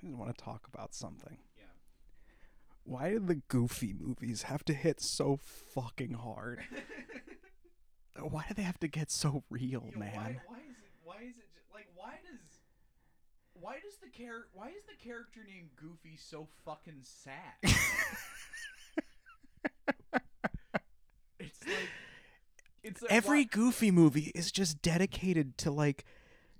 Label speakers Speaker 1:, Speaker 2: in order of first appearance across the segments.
Speaker 1: didn't want to talk about something. Yeah. Why did the Goofy movies have to hit so fucking hard? why do they have to get so real,
Speaker 2: You know,
Speaker 1: man?
Speaker 2: Why, why is it? Why is it? ju- Like, why does? Why does the char- Why is the character named Goofy so fucking sad? it's like. It's like,
Speaker 1: Every
Speaker 2: why-
Speaker 1: Goofy movie is just dedicated to like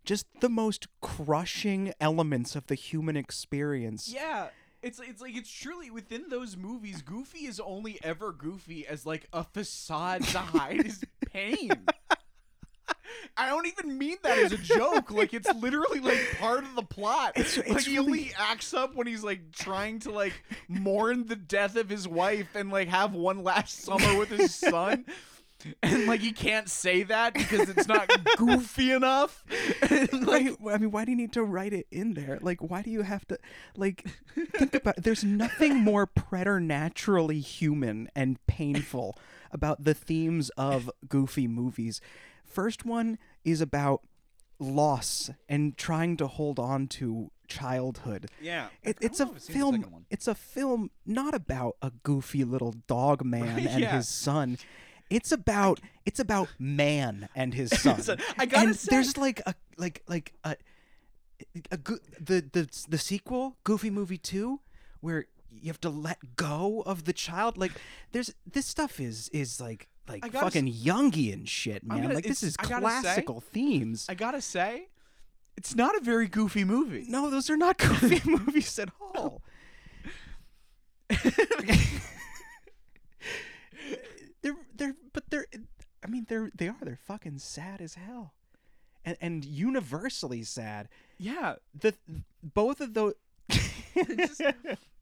Speaker 1: just the most crushing elements of the human experience.
Speaker 2: Yeah. It's it's like it's truly within those movies, Goofy is only ever goofy as like a facade to hide his pain. I don't even mean that as a joke. Like it's literally like part of the plot.
Speaker 1: It's-
Speaker 2: like
Speaker 1: it's
Speaker 2: he only acts up when he's like trying to like mourn the death of his wife and like have one last summer with his son. And like he can't say that because it's not goofy enough. And, like,
Speaker 1: Right? I mean, why do you need to write it in there? Like, why do you have to, like, think about it. There's nothing more preternaturally human and painful about the themes of goofy movies. First one is about loss and trying to hold on to childhood.
Speaker 2: Yeah.
Speaker 1: It,
Speaker 2: I
Speaker 1: it's a
Speaker 2: don't know if I've seen the second
Speaker 1: film.
Speaker 2: one.
Speaker 1: It's a film not about a goofy little dog man and
Speaker 2: yeah.
Speaker 1: his son. It's about it's about man and his son.
Speaker 2: So, I gotta
Speaker 1: and
Speaker 2: say-
Speaker 1: there's like a like like a, a go- the the the sequel Goofy Movie Two, where you have to let go of the child. Like there's this stuff is is like
Speaker 2: I
Speaker 1: like
Speaker 2: gotta s-
Speaker 1: fucking Jungian shit, man.
Speaker 2: gonna-
Speaker 1: like this
Speaker 2: it's-
Speaker 1: is
Speaker 2: I gotta say-
Speaker 1: classical themes.
Speaker 2: I gotta say, it's not a very goofy movie.
Speaker 1: no, those are not goofy movies at all. they're they're but they're I mean they're they are they're fucking sad as hell, and and universally sad.
Speaker 2: yeah,
Speaker 1: The both of those.
Speaker 2: it's, just,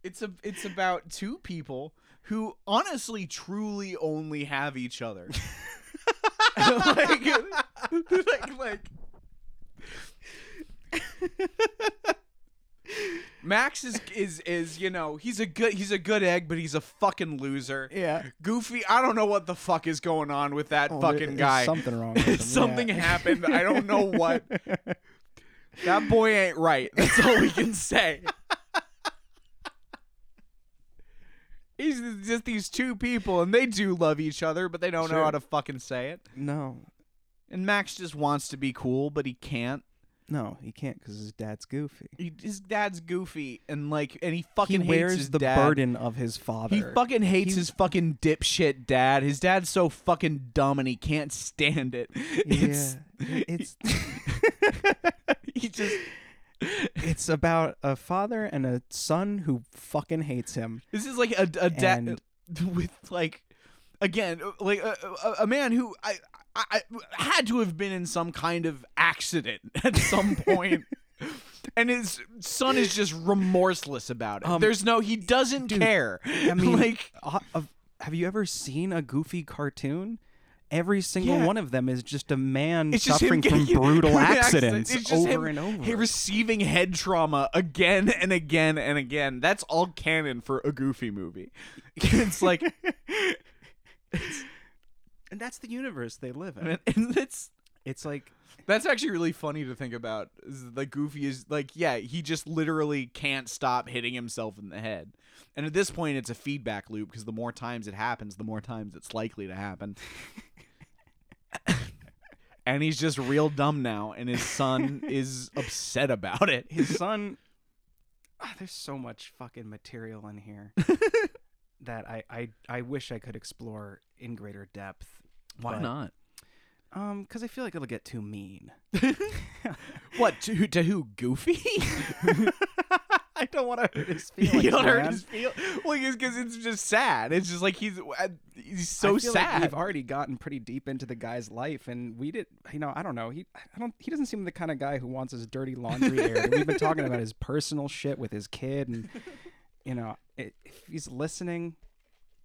Speaker 2: it's a it's about two people who honestly, truly only have each other. like, like, like, Max is is is you know he's a good he's a good egg, but he's a fucking loser.
Speaker 1: yeah.
Speaker 2: Goofy, I don't know what the fuck is going on with that
Speaker 1: Oh, there-
Speaker 2: fucking
Speaker 1: there's
Speaker 2: guy.
Speaker 1: Something wrong. With him,
Speaker 2: Something
Speaker 1: yeah.
Speaker 2: happened. I don't know what. That boy ain't right. That's all we can say. He's just these two people, and they do love each other, but they don't know
Speaker 1: Sure.
Speaker 2: how to fucking say it.
Speaker 1: No,
Speaker 2: And Max just wants to be cool, but he can't.
Speaker 1: no, he can't because his dad's goofy.
Speaker 2: He, his dad's goofy, and like, and he fucking
Speaker 1: he
Speaker 2: hates
Speaker 1: wears
Speaker 2: his
Speaker 1: the
Speaker 2: dad.
Speaker 1: burden of his father.
Speaker 2: He fucking hates
Speaker 1: He-
Speaker 2: his fucking dipshit dad. His dad's so fucking dumb, and he can't stand it. It's
Speaker 1: yeah, it's
Speaker 2: he just
Speaker 1: it's about a father and a son who fucking hates him.
Speaker 2: This is like a a dad
Speaker 1: And-
Speaker 2: with like again like a, a, a man who I, I I had to have been in some kind of accident at some point. And his son is just remorseless about it.
Speaker 1: Um,
Speaker 2: There's no, he doesn't care.
Speaker 1: I mean,
Speaker 2: like,
Speaker 1: uh, of- have you ever seen a goofy cartoon? Every single
Speaker 2: Yeah.
Speaker 1: one of them is just a man
Speaker 2: it's just
Speaker 1: suffering
Speaker 2: him
Speaker 1: from
Speaker 2: getting-
Speaker 1: brutal
Speaker 2: from an
Speaker 1: accidents
Speaker 2: accident. It's just
Speaker 1: over
Speaker 2: him-
Speaker 1: and over.
Speaker 2: He receiving head trauma again and again and again. That's all canon for a goofy movie. It's like,
Speaker 1: and that's the universe they live in.
Speaker 2: and it's,
Speaker 1: It's like
Speaker 2: That's actually really funny to think about. Is the Goofy is like, yeah, he just literally can't stop hitting himself in the head. And at this point, it's a feedback loop because the more times it happens, the more times it's likely to happen. and he's just real dumb now, and his son is upset about it.
Speaker 1: his son Ah, there's so much fucking material in here that I, I I wish I could explore in greater depth. but-
Speaker 2: not?
Speaker 1: Um, because I feel like it'll get too mean.
Speaker 2: What to, to who? Goofy?
Speaker 1: I don't want to hurt his
Speaker 2: you don't hurt his feel. Well, it's because it's just sad. It's just like he's uh, he's so
Speaker 1: I feel like
Speaker 2: sad.
Speaker 1: we've already gotten pretty deep into the guy's life, and we did. You know, I don't know. He, I don't. He doesn't seem the kind of guy who wants his dirty laundry aired. We've been talking about his personal shit with his kid, and you know, i if he's listening,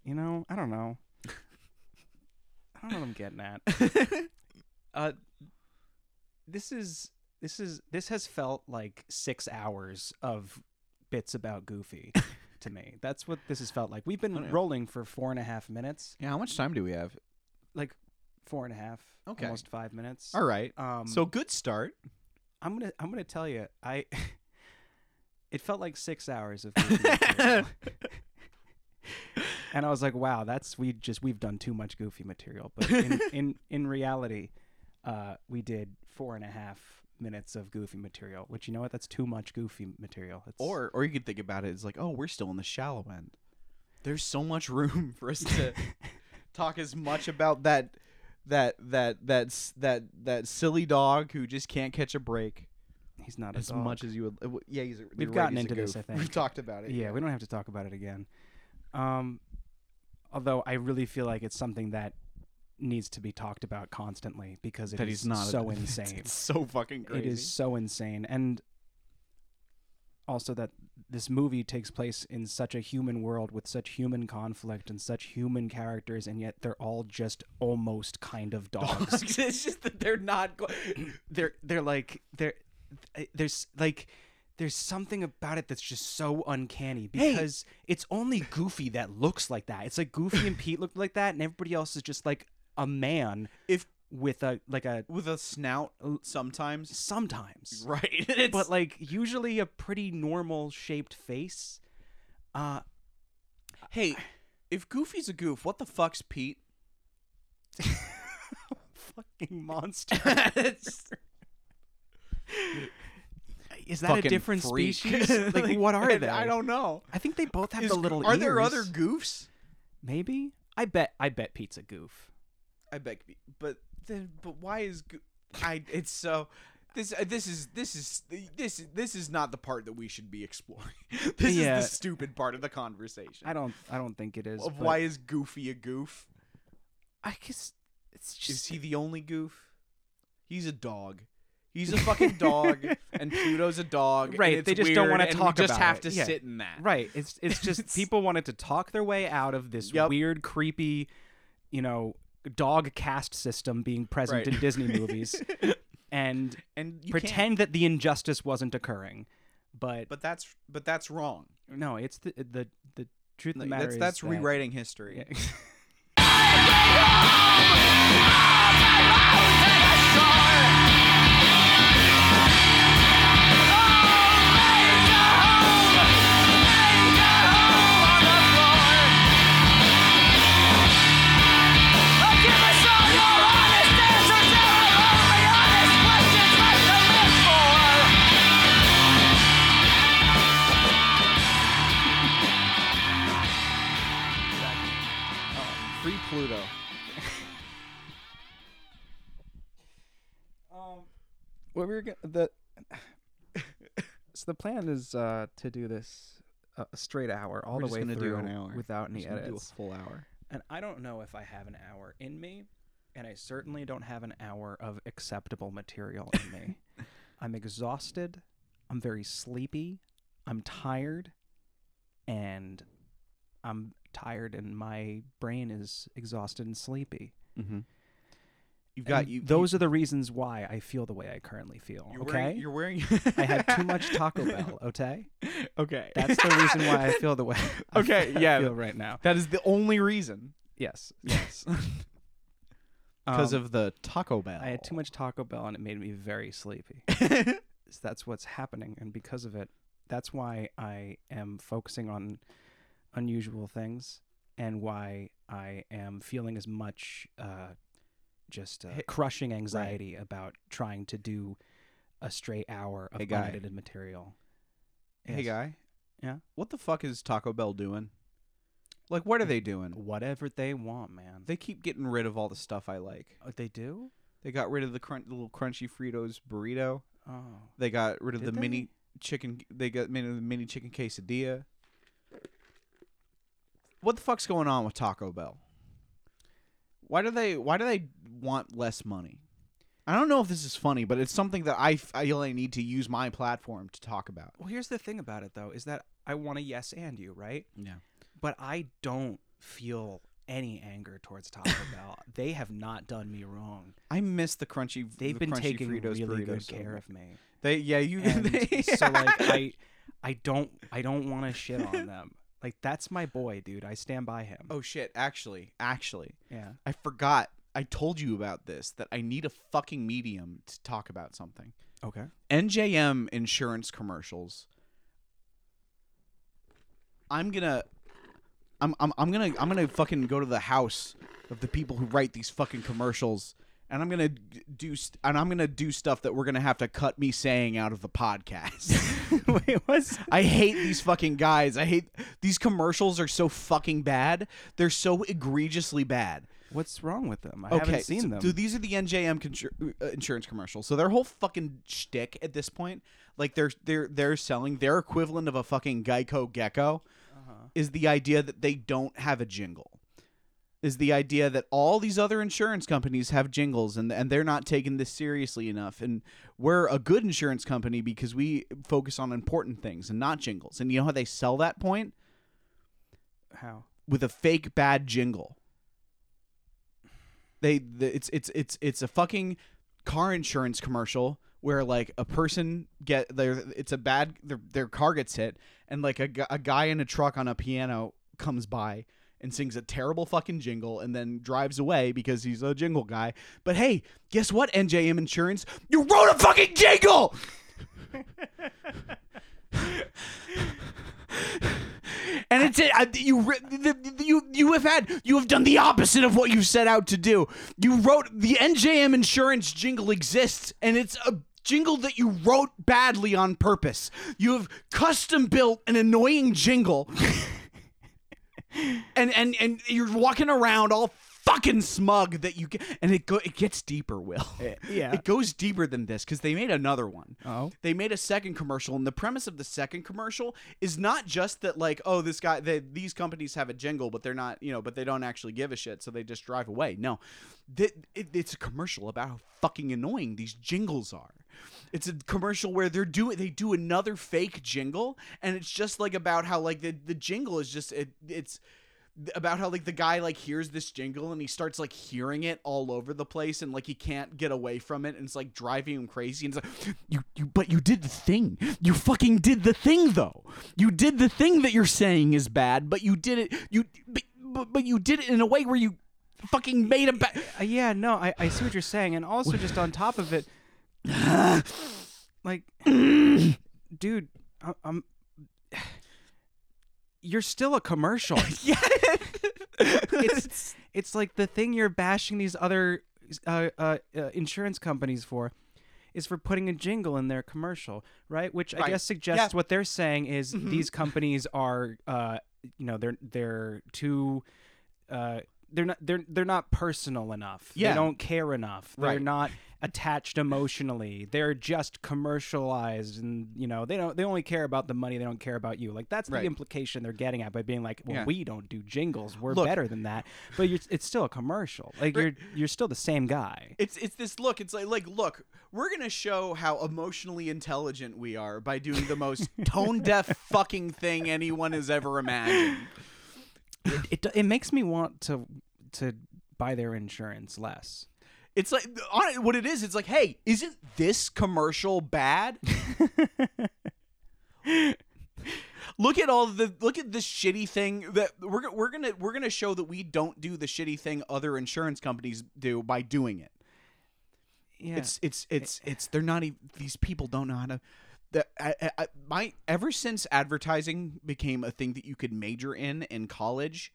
Speaker 1: you know, I don't know. I don't know what I'm getting at. uh, this is this is this has felt like six hours of bits about Goofy. To me, that's what this has felt like. We've
Speaker 2: I don't
Speaker 1: been
Speaker 2: know.
Speaker 1: rolling for four and a half minutes
Speaker 2: yeah, how much time do we have?
Speaker 1: like four and a half,
Speaker 2: Okay.
Speaker 1: almost five minutes.
Speaker 2: All right.
Speaker 1: Um,
Speaker 2: so good start.
Speaker 1: I'm gonna I'm gonna tell you, I It felt like six hours of. Goofy material. and I was like, wow, that's we just we've done too much Goofy material. But in in, in reality, uh, we did four and a half minutes of Goofy material. Which you know what? That's too much Goofy material. It's,
Speaker 2: Or or you could think about it as like, oh, we're still in the shallow end. There's so much room for us to talk as much about that that that that's that that silly dog who just can't catch a break
Speaker 1: he's not
Speaker 2: as
Speaker 1: a dog.
Speaker 2: much as you would. uh, w- Yeah, he's a,
Speaker 1: We've gotten into this, I think.
Speaker 2: We've talked about it.
Speaker 1: Yeah, we don't have to talk about it again. Um, although I really feel like it's something that needs to be talked about constantly because it
Speaker 2: that
Speaker 1: is
Speaker 2: he's not a-
Speaker 1: so
Speaker 2: it's-
Speaker 1: insane.
Speaker 2: It's so fucking crazy.
Speaker 1: It is so insane, and also that this movie takes place in such a human world with such human conflict and such human characters, and yet they're all just almost kind of dogs.
Speaker 2: it's just that they're not. Go-
Speaker 1: they're they're like they're th- uh, there's like there's something about it that's just so uncanny
Speaker 2: Hey.
Speaker 1: because it's only Goofy that looks like that. It's like Goofy and Pete look like that, and everybody else is just like a man
Speaker 2: If-
Speaker 1: with a like a
Speaker 2: with a snout uh, sometimes.
Speaker 1: sometimes,
Speaker 2: Right. It's,
Speaker 1: but like usually a pretty normal shaped face. Uh,
Speaker 2: hey, if Goofy's a goof, what the fuck's Pete?
Speaker 1: fucking monster.
Speaker 2: It's-
Speaker 1: Is that a
Speaker 2: Fucking
Speaker 1: different
Speaker 2: freak.
Speaker 1: species? Like what are they?
Speaker 2: I don't know.
Speaker 1: I think they both have
Speaker 2: Is-
Speaker 1: the little.
Speaker 2: are there other
Speaker 1: ears.
Speaker 2: goofs?
Speaker 1: Maybe. I bet. I bet Pete's a goof.
Speaker 2: I beg, you, but then, but why is go- I? It's so. This uh, this is this is this is this is not the part that we should be exploring. This
Speaker 1: Yeah.
Speaker 2: is the stupid part of the conversation.
Speaker 1: I don't. I don't think it is.
Speaker 2: of
Speaker 1: but
Speaker 2: why is Goofy a goof?
Speaker 1: I guess it's just.
Speaker 2: Is he the only goof? He's a dog. He's a fucking dog, and Pluto's a dog. and
Speaker 1: Right,
Speaker 2: it's
Speaker 1: they just don't
Speaker 2: weird,
Speaker 1: wanna
Speaker 2: and we
Speaker 1: talk
Speaker 2: Just
Speaker 1: about
Speaker 2: have
Speaker 1: it.
Speaker 2: to
Speaker 1: Yeah.
Speaker 2: sit in that.
Speaker 1: Right. It's it's just people wanted to talk their way out of this
Speaker 2: Yep.
Speaker 1: weird, creepy, you know, dog caste system being present
Speaker 2: Right.
Speaker 1: in Disney movies, and
Speaker 2: and you can't-
Speaker 1: pretend that the injustice wasn't occurring. But,
Speaker 2: but that's but that's wrong.
Speaker 1: no, it's the the the truth of the matter
Speaker 2: That's
Speaker 1: is
Speaker 2: that's
Speaker 1: that-
Speaker 2: rewriting history.
Speaker 1: Yeah.
Speaker 2: Free Pluto.
Speaker 1: what we were go- the so the plan is uh to do this uh, a straight hour all
Speaker 2: We're
Speaker 1: the
Speaker 2: just
Speaker 1: way
Speaker 2: gonna
Speaker 1: through
Speaker 2: do an hour.
Speaker 1: without any
Speaker 2: Just gonna do a
Speaker 1: edits
Speaker 2: full hour.
Speaker 1: and i don't know if i have an hour in me and i certainly don't have an hour of acceptable material in me i'm exhausted i'm very sleepy i'm tired and i'm tired and my brain is exhausted and sleepy
Speaker 2: Mm-hmm. You've got
Speaker 1: And
Speaker 2: you.
Speaker 1: those are the reasons why i feel the way i currently feel
Speaker 2: You're
Speaker 1: okay
Speaker 2: wearing. You're wearing
Speaker 1: I had too much Taco Bell, okay?
Speaker 2: okay.
Speaker 1: That's the reason why I feel the way I
Speaker 2: Okay,
Speaker 1: f-
Speaker 2: yeah.
Speaker 1: feel right now.
Speaker 2: that is the only reason.
Speaker 1: Yes, yes.
Speaker 2: Because
Speaker 1: Um,
Speaker 2: of the Taco Bell.
Speaker 1: I had too much Taco Bell and it made me very sleepy. So that's what's happening and because of it, that's why I am focusing on unusual things and why I am feeling as much uh, just uh,
Speaker 2: Hey-
Speaker 1: crushing anxiety about trying to do a straight hour of
Speaker 2: Hey, guy.
Speaker 1: unedited material.
Speaker 2: hey
Speaker 1: Yes.
Speaker 2: guy.
Speaker 1: Yeah?
Speaker 2: What the fuck is Taco Bell doing? Like, what are they doing?
Speaker 1: Whatever they want, man.
Speaker 2: They keep getting rid of all the stuff I like.
Speaker 1: Oh, they do?
Speaker 2: They got rid of the crunch, little crunchy Fritos burrito.
Speaker 1: Oh.
Speaker 2: They got rid of
Speaker 1: Did
Speaker 2: the
Speaker 1: they?
Speaker 2: mini chicken. They got rid of the mini chicken quesadilla. What the fuck's going on with Taco Bell? Why do they? Why do they want less money? I don't know if this is funny, but it's something that I feel I need to use my platform to talk about.
Speaker 1: Well, here's the thing about it though is that I want a yes and you, right?
Speaker 2: Yeah.
Speaker 1: But I don't feel any anger towards Taco Bell. They have not done me wrong.
Speaker 2: I miss the crunchy.
Speaker 1: They've
Speaker 2: the
Speaker 1: been
Speaker 2: crunchy
Speaker 1: taking
Speaker 2: Fritos
Speaker 1: really
Speaker 2: burritos
Speaker 1: good
Speaker 2: so
Speaker 1: care
Speaker 2: much.
Speaker 1: of me.
Speaker 2: They yeah you
Speaker 1: And
Speaker 2: they-
Speaker 1: so like I I don't I don't want to shit on them. Like that's my boy, dude. I stand by him.
Speaker 2: oh shit actually actually
Speaker 1: yeah.
Speaker 2: I forgot I told you about this that I need a fucking medium to talk about something.
Speaker 1: Okay.
Speaker 2: NJM insurance commercials I'm gonna, I'm, I'm, I'm gonna, I'm gonna fucking go to the house of the people who write these fucking commercials, and I'm gonna d- do, st- and I'm gonna do stuff that we're gonna have to cut me saying out of the podcast.
Speaker 1: Wait, what's
Speaker 2: I hate these fucking guys. I hate these commercials are so fucking bad. They're so egregiously bad.
Speaker 1: what's wrong with them? I
Speaker 2: okay,
Speaker 1: haven't seen
Speaker 2: so,
Speaker 1: them.
Speaker 2: dude, these are the NJM contr- uh, insurance commercials. So their whole fucking shtick at this point, like they're they're they're selling their equivalent of a fucking Geico Gecko,
Speaker 1: Uh-huh.
Speaker 2: is the idea that they don't have a jingle. Is the idea that all these other insurance companies have jingles and and they're not taking this seriously enough, and we're a good insurance company because we focus on important things and not jingles. And you know how they sell that point
Speaker 1: How?
Speaker 2: with a fake bad jingle. They the, it's it's it's it's a fucking car insurance commercial where like a person get their it's a bad their, their car gets hit and like a, gu- a guy in a truck on a piano comes by and sings a terrible fucking jingle and then drives away because he's a jingle guy. But hey, guess what NJM Insurance? You wrote a fucking jingle. And it's it. I, you ri- the, the, you you have had you have done the opposite of what you set out to do. You wrote the NJM insurance jingle exists, and it's a jingle that you wrote badly on purpose. You have custom built an annoying jingle, and and and you're walking around all fucking smug that you get, and it go it gets deeper. Will
Speaker 1: Eh, yeah.
Speaker 2: it goes deeper than this because they made another one
Speaker 1: Oh.
Speaker 2: they made a second commercial and the premise of the second commercial is not just that like oh this guy they, these companies have a jingle but they're not you know but they don't actually give a shit so they just drive away no Th- it, it's a commercial about how fucking annoying these jingles are it's a commercial where they're doing they do another fake jingle and it's just like about how like the, the jingle is just it, it's th- about how like the guy like hears this jingle and he starts like hearing it all over the place and like he can't get away from it and it's like driving him crazy and it's like you you but you did the thing you fucking did the thing though you did the thing that you're saying is bad but you did it you but but, but you did it in a way where you fucking made a bad
Speaker 1: Uh, yeah, no, I, I see what you're saying. And also, just on top of it, like, dude, I, I'm. You're still a commercial.
Speaker 2: yeah
Speaker 1: It's it's like the thing you're bashing these other uh, uh, uh, insurance companies for is for putting a jingle in their commercial, right? Which I
Speaker 2: Right.
Speaker 1: guess suggests
Speaker 2: Yeah.
Speaker 1: what they're saying is
Speaker 2: Mm-hmm.
Speaker 1: these companies are, uh, you know, they're they're too. Uh, they're not they're they're not personal enough.
Speaker 2: Yeah.
Speaker 1: They don't care enough. They're
Speaker 2: Right.
Speaker 1: not attached emotionally. They're just commercialized and you know, they don't they only care about the money, they don't care about you. Like that's
Speaker 2: Right.
Speaker 1: the implication they're getting at by being like, well,
Speaker 2: Yeah.
Speaker 1: we don't do jingles. We're
Speaker 2: Look-
Speaker 1: better than that. But you're, it's still a commercial. Like you're you're still the same guy.
Speaker 2: It's it's this look. It's like like look, we're gonna show how emotionally intelligent we are by doing the most tone deaf fucking thing anyone has ever imagined.
Speaker 1: It it makes me want to to buy their insurance less.
Speaker 2: It's like on what it is. It's like hey, isn't this commercial bad? look at all the look at this shitty thing that we're go- we're gonna we're gonna show that we don't do the shitty thing other insurance companies do by doing it.
Speaker 1: Yeah.
Speaker 2: It's it's it's it's they're not even these people don't know how to. The, I, I, I- my ever since advertising became a thing that you could major in in college,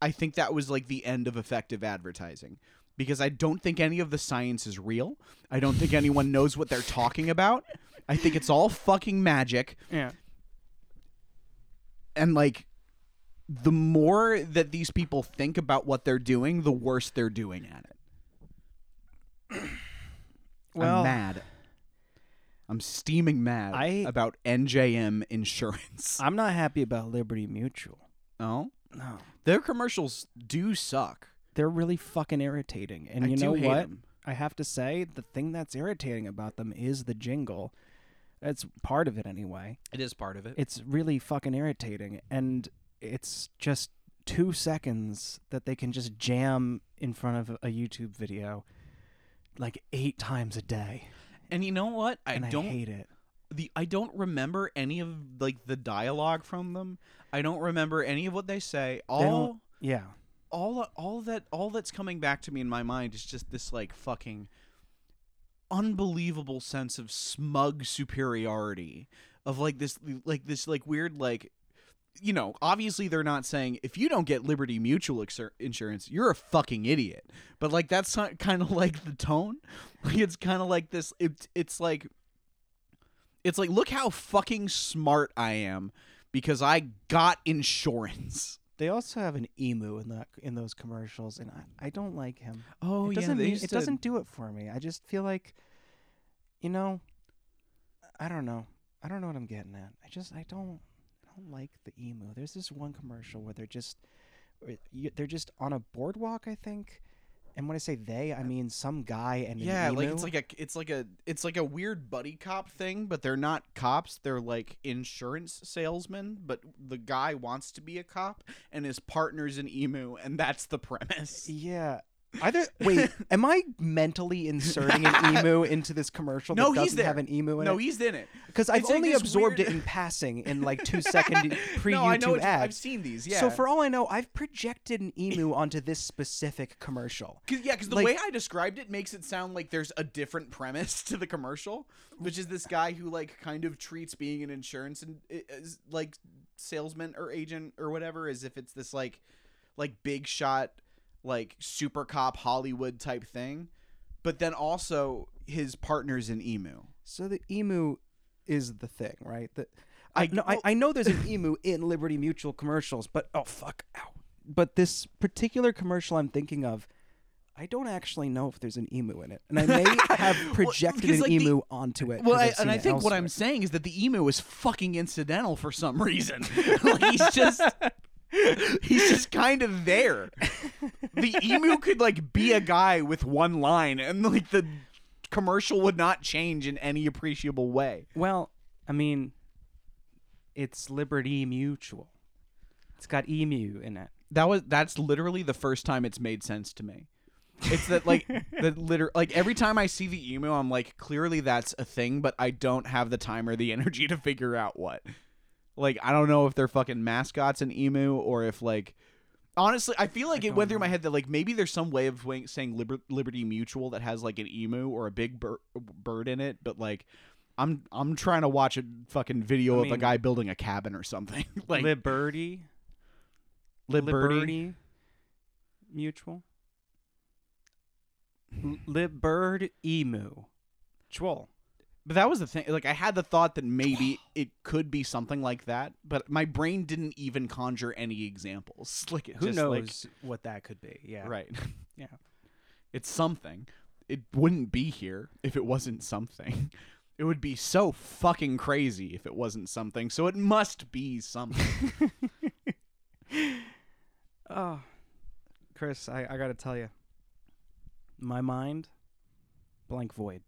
Speaker 2: I think that was like the end of effective advertising because I don't think any of the science is real. I don't think anyone knows what they're talking about. I think it's all fucking magic
Speaker 1: yeah.
Speaker 2: and like the more that these people think about what they're doing, the worse they're doing at it. I'm
Speaker 1: Well,
Speaker 2: mad. I'm steaming mad
Speaker 1: I-
Speaker 2: about NJM insurance.
Speaker 1: I'm not happy about Liberty Mutual.
Speaker 2: oh,
Speaker 1: No.
Speaker 2: their commercials do suck.
Speaker 1: They're really fucking irritating. And
Speaker 2: I
Speaker 1: you
Speaker 2: do
Speaker 1: know
Speaker 2: hate
Speaker 1: what?
Speaker 2: 'em.
Speaker 1: I have to say the thing that's irritating about them is the jingle. That's part of it anyway.
Speaker 2: It is part of it.
Speaker 1: It's really fucking irritating and it's just 2 seconds that they can just jam in front of a YouTube video like 8 times a day.
Speaker 2: And you know what? I
Speaker 1: And I,
Speaker 2: don't
Speaker 1: hate it.
Speaker 2: the I don't remember any of like the dialogue from them. I don't remember any of what they say. All
Speaker 1: don't- Yeah.
Speaker 2: all all that all that's coming back to me in my mind is just this like fucking unbelievable sense of smug superiority of like this like this like weird like you know, obviously they're not saying if you don't get Liberty Mutual exer- insurance, you're a fucking idiot. But like that's kind of like the tone. Like it's kind of like this. It, it's like, it's like look how fucking smart I am because I got insurance.
Speaker 1: They also have an emu in that in those commercials, and I, I don't like him.
Speaker 2: Oh
Speaker 1: it doesn't mean- it doesn't do it for me. I just feel like, you know, I don't know. I don't know what I'm getting at. I just I don't I don't like the emu. There's this one commercial where they're just where you- they're just on a boardwalk, I think. And when I say they, I mean some guy and an
Speaker 2: Yeah, like
Speaker 1: emu.
Speaker 2: it's like a it's like a it's like a weird buddy cop thing, but they're not cops. They're like insurance salesmen, but the guy wants to be a cop and his partner's an emu, and that's the premise.
Speaker 1: yeah. Either wait, am I mentally inserting an emu into this commercial
Speaker 2: No,
Speaker 1: that
Speaker 2: he's
Speaker 1: doesn't have
Speaker 2: there.
Speaker 1: an emu in
Speaker 2: No,
Speaker 1: it?
Speaker 2: he's in it.
Speaker 1: Because I've
Speaker 2: it's like
Speaker 1: only
Speaker 2: this
Speaker 1: absorbed
Speaker 2: weird-
Speaker 1: it in passing in like two second pre
Speaker 2: no,
Speaker 1: YouTube
Speaker 2: I know it's-
Speaker 1: ads.
Speaker 2: I've seen these. Yeah.
Speaker 1: So for all I know, I've projected an emu onto this specific commercial.
Speaker 2: Cause, yeah, because the
Speaker 1: like-
Speaker 2: way I described it makes it sound like there's a different premise to the commercial, which is this guy who like kind of treats being an insurance and is, like salesman or agent or whatever as if it's this like like big shot like super cop Hollywood type thing, but then also his partner's an emu.
Speaker 1: So the emu is the thing, right? The, I,
Speaker 2: I-
Speaker 1: no,
Speaker 2: well-
Speaker 1: I, I know there's an emu in Liberty Mutual commercials, but oh fuck, ow. But this particular commercial I'm thinking of, I don't actually know if there's an emu in it, and I may have projected
Speaker 2: because,
Speaker 1: an
Speaker 2: like, the-
Speaker 1: emu onto it.
Speaker 2: Well,
Speaker 1: 'cause
Speaker 2: I,
Speaker 1: I've
Speaker 2: and
Speaker 1: seen
Speaker 2: I
Speaker 1: it
Speaker 2: think what I'm
Speaker 1: elsewhere.
Speaker 2: saying is that the emu is fucking incidental for some reason. like he's just he's just kind of there. The emu could like be a guy with one line, and like the commercial would not change in any appreciable way.
Speaker 1: well, I mean, it's Liberty Mutual. It's got emu in it.
Speaker 2: That was that's literally the first time it's made sense to me. It's that like the liter like every time I see the emu, I'm like, clearly that's a thing, but I don't have the time or the energy to figure out what. Like I don't know if they're fucking mascots and emu or if like honestly, I feel like it went through my head that like maybe there's some way of wing- saying liber- Liberty Mutual that has like an emu or a big bir- bird in it, but like. I'm I'm trying to watch a fucking video
Speaker 1: I
Speaker 2: of a
Speaker 1: mean-
Speaker 2: guy building a cabin or something like
Speaker 1: Liberty.
Speaker 2: Liberty.
Speaker 1: Liberty Mutual. L- Liberd Emu. Chwol.
Speaker 2: But that was the thing. Like, I had the thought that maybe it could be something like that, but my brain didn't even conjure any examples. Like, it
Speaker 1: Who
Speaker 2: just, like-
Speaker 1: knows what that could be? Yeah.
Speaker 2: right.
Speaker 1: Yeah.
Speaker 2: It's something. It wouldn't be here if it wasn't something. It would be so fucking crazy if it wasn't something. So it must be something.
Speaker 1: Oh, Chris, I, I got to tell you. My mind, blank void.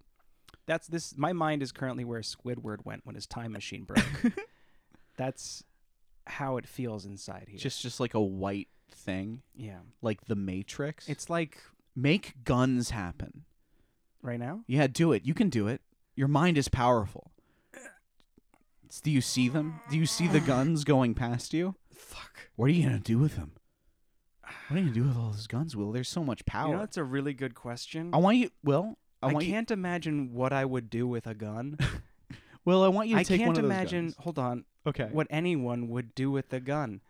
Speaker 1: That's this. My mind is currently where Squidward went when his time machine broke. That's how it feels inside here.
Speaker 2: just, just like a white thing,
Speaker 1: yeah.
Speaker 2: like the Matrix.
Speaker 1: It's like
Speaker 2: make guns happen.
Speaker 1: right now.
Speaker 2: Yeah, do it. You can do it. Your mind is powerful. It's- Do you see them? Do you see the guns going past you?
Speaker 1: Fuck.
Speaker 2: What are you gonna do with them? What are you gonna do with all those guns, Will? There's so much power.
Speaker 1: You know, that's a really good question.
Speaker 2: I want you, Will. I,
Speaker 1: I,
Speaker 2: want you,
Speaker 1: can't imagine what I would do with a gun.
Speaker 2: Will. I want you to
Speaker 1: I
Speaker 2: take one
Speaker 1: can't
Speaker 2: of those
Speaker 1: imagine.
Speaker 2: guns.
Speaker 1: Hold on,
Speaker 2: Okay.
Speaker 1: what anyone would do with a gun?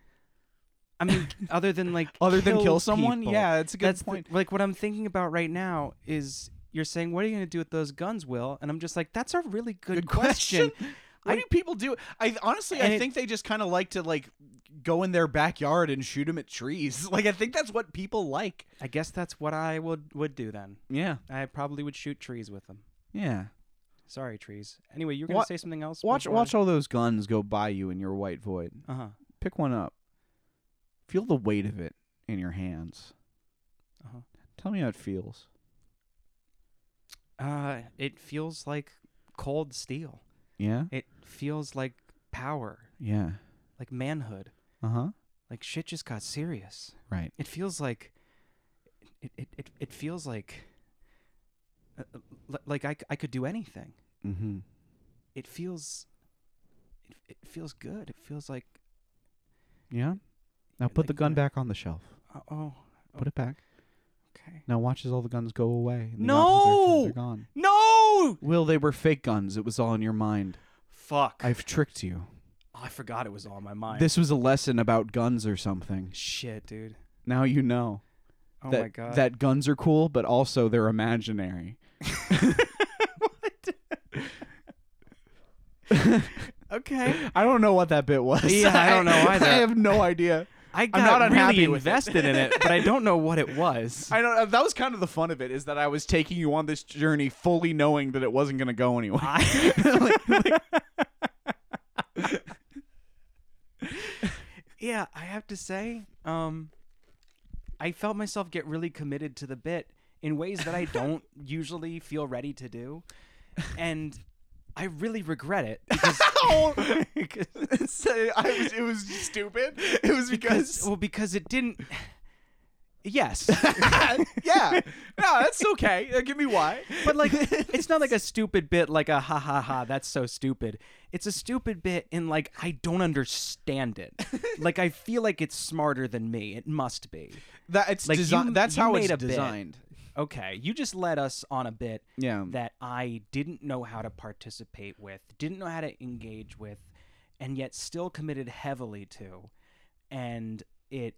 Speaker 1: I mean, other than like
Speaker 2: Other than kill someone?
Speaker 1: people.
Speaker 2: Yeah, that's a good
Speaker 1: that's the-
Speaker 2: point.
Speaker 1: like what I'm thinking about right now is you're saying, "What are you going to do with those guns, Will?" And I'm just like, "That's a really good,
Speaker 2: Good question. What
Speaker 1: I-
Speaker 2: do people do? I honestly,
Speaker 1: And
Speaker 2: I
Speaker 1: it-
Speaker 2: think they just kind of like to like go in their backyard and shoot them at trees. Like I think that's what people like.
Speaker 1: I guess that's what I would would do then.
Speaker 2: Yeah.
Speaker 1: I probably would shoot trees with them.
Speaker 2: Yeah.
Speaker 1: Sorry, trees. Anyway, you're going to
Speaker 2: Wa-
Speaker 1: say something else.
Speaker 2: Watch, watch all those guns go by you in your white void.
Speaker 1: Uh huh.
Speaker 2: pick one up. Feel the weight of it in your hands.
Speaker 1: Uh-huh.
Speaker 2: Tell me how it feels.
Speaker 1: Uh, it feels like cold steel.
Speaker 2: Yeah?
Speaker 1: It feels like power,
Speaker 2: Yeah.
Speaker 1: like manhood.
Speaker 2: Uh-huh.
Speaker 1: Like shit just got serious.
Speaker 2: Right.
Speaker 1: It feels like it it it, it feels like uh, uh, li- like I, c- I could do anything.
Speaker 2: Mm-hmm.
Speaker 1: It feels it, it feels good. It feels like
Speaker 2: Yeah? Now
Speaker 1: You're
Speaker 2: put the
Speaker 1: like,
Speaker 2: gun
Speaker 1: uh,
Speaker 2: back on the shelf.
Speaker 1: uh, oh
Speaker 2: Put it back.
Speaker 1: okay.
Speaker 2: Now watch as all the guns go away. in the
Speaker 1: No!
Speaker 2: opposite direction. They're gone.
Speaker 1: No!
Speaker 2: Will, they were fake guns. It was all in your mind.
Speaker 1: Fuck.
Speaker 2: I've tricked you.
Speaker 1: Oh, I forgot it was on my mind.
Speaker 2: This was a lesson about guns or something.
Speaker 1: shit, dude.
Speaker 2: Now you know
Speaker 1: Oh
Speaker 2: that
Speaker 1: my god.
Speaker 2: that guns are cool, but also they're imaginary.
Speaker 1: okay.
Speaker 2: I don't know what that bit was.
Speaker 1: Yeah, I don't know either.
Speaker 2: I have no idea.
Speaker 1: I got
Speaker 2: not unhappy
Speaker 1: really
Speaker 2: with it.
Speaker 1: invested in it, but I don't know what it was.
Speaker 2: I know uh, that was kind of the fun of it is that I was taking you on this journey fully knowing that it wasn't going to go anywhere.
Speaker 1: yeah, I have to say, um, I felt myself get really committed to the bit in ways that I don't usually feel ready to do, and I really regret it because,
Speaker 2: so I was, it was stupid. It was
Speaker 1: because
Speaker 2: because
Speaker 1: well, because it didn't. Yes,
Speaker 2: yeah, no, that's okay. Uh, give me why.
Speaker 1: but like it's not like a stupid bit like a ha ha ha that's so stupid it's a stupid bit in like i don't understand it like i feel like it's smarter than me it must be
Speaker 2: that it's
Speaker 1: Like,
Speaker 2: desi-
Speaker 1: you-
Speaker 2: That's
Speaker 1: you
Speaker 2: how
Speaker 1: made
Speaker 2: it's
Speaker 1: a bit.
Speaker 2: designed.
Speaker 1: okay you just led us on a bit
Speaker 2: Yeah.
Speaker 1: that i didn't know how to participate with didn't know how to engage with and yet still committed heavily to and it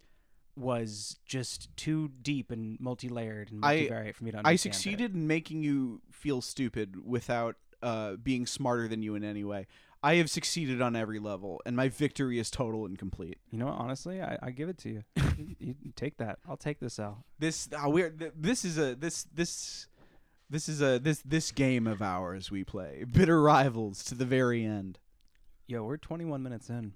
Speaker 1: was just too deep and multi-layered and
Speaker 2: I-
Speaker 1: multivariate for me to understand
Speaker 2: I
Speaker 1: it.
Speaker 2: succeeded in making you feel stupid without uh, being smarter than you in any way. I have succeeded on every level, and my victory is total and complete.
Speaker 1: You know, what, honestly, I, I give it to you. you. You take that. I'll take this L.
Speaker 2: This uh, we're th- this is a this this this is a this this game of ours we play. Bitter rivals to the very end.
Speaker 1: Yo, we're 21 minutes in.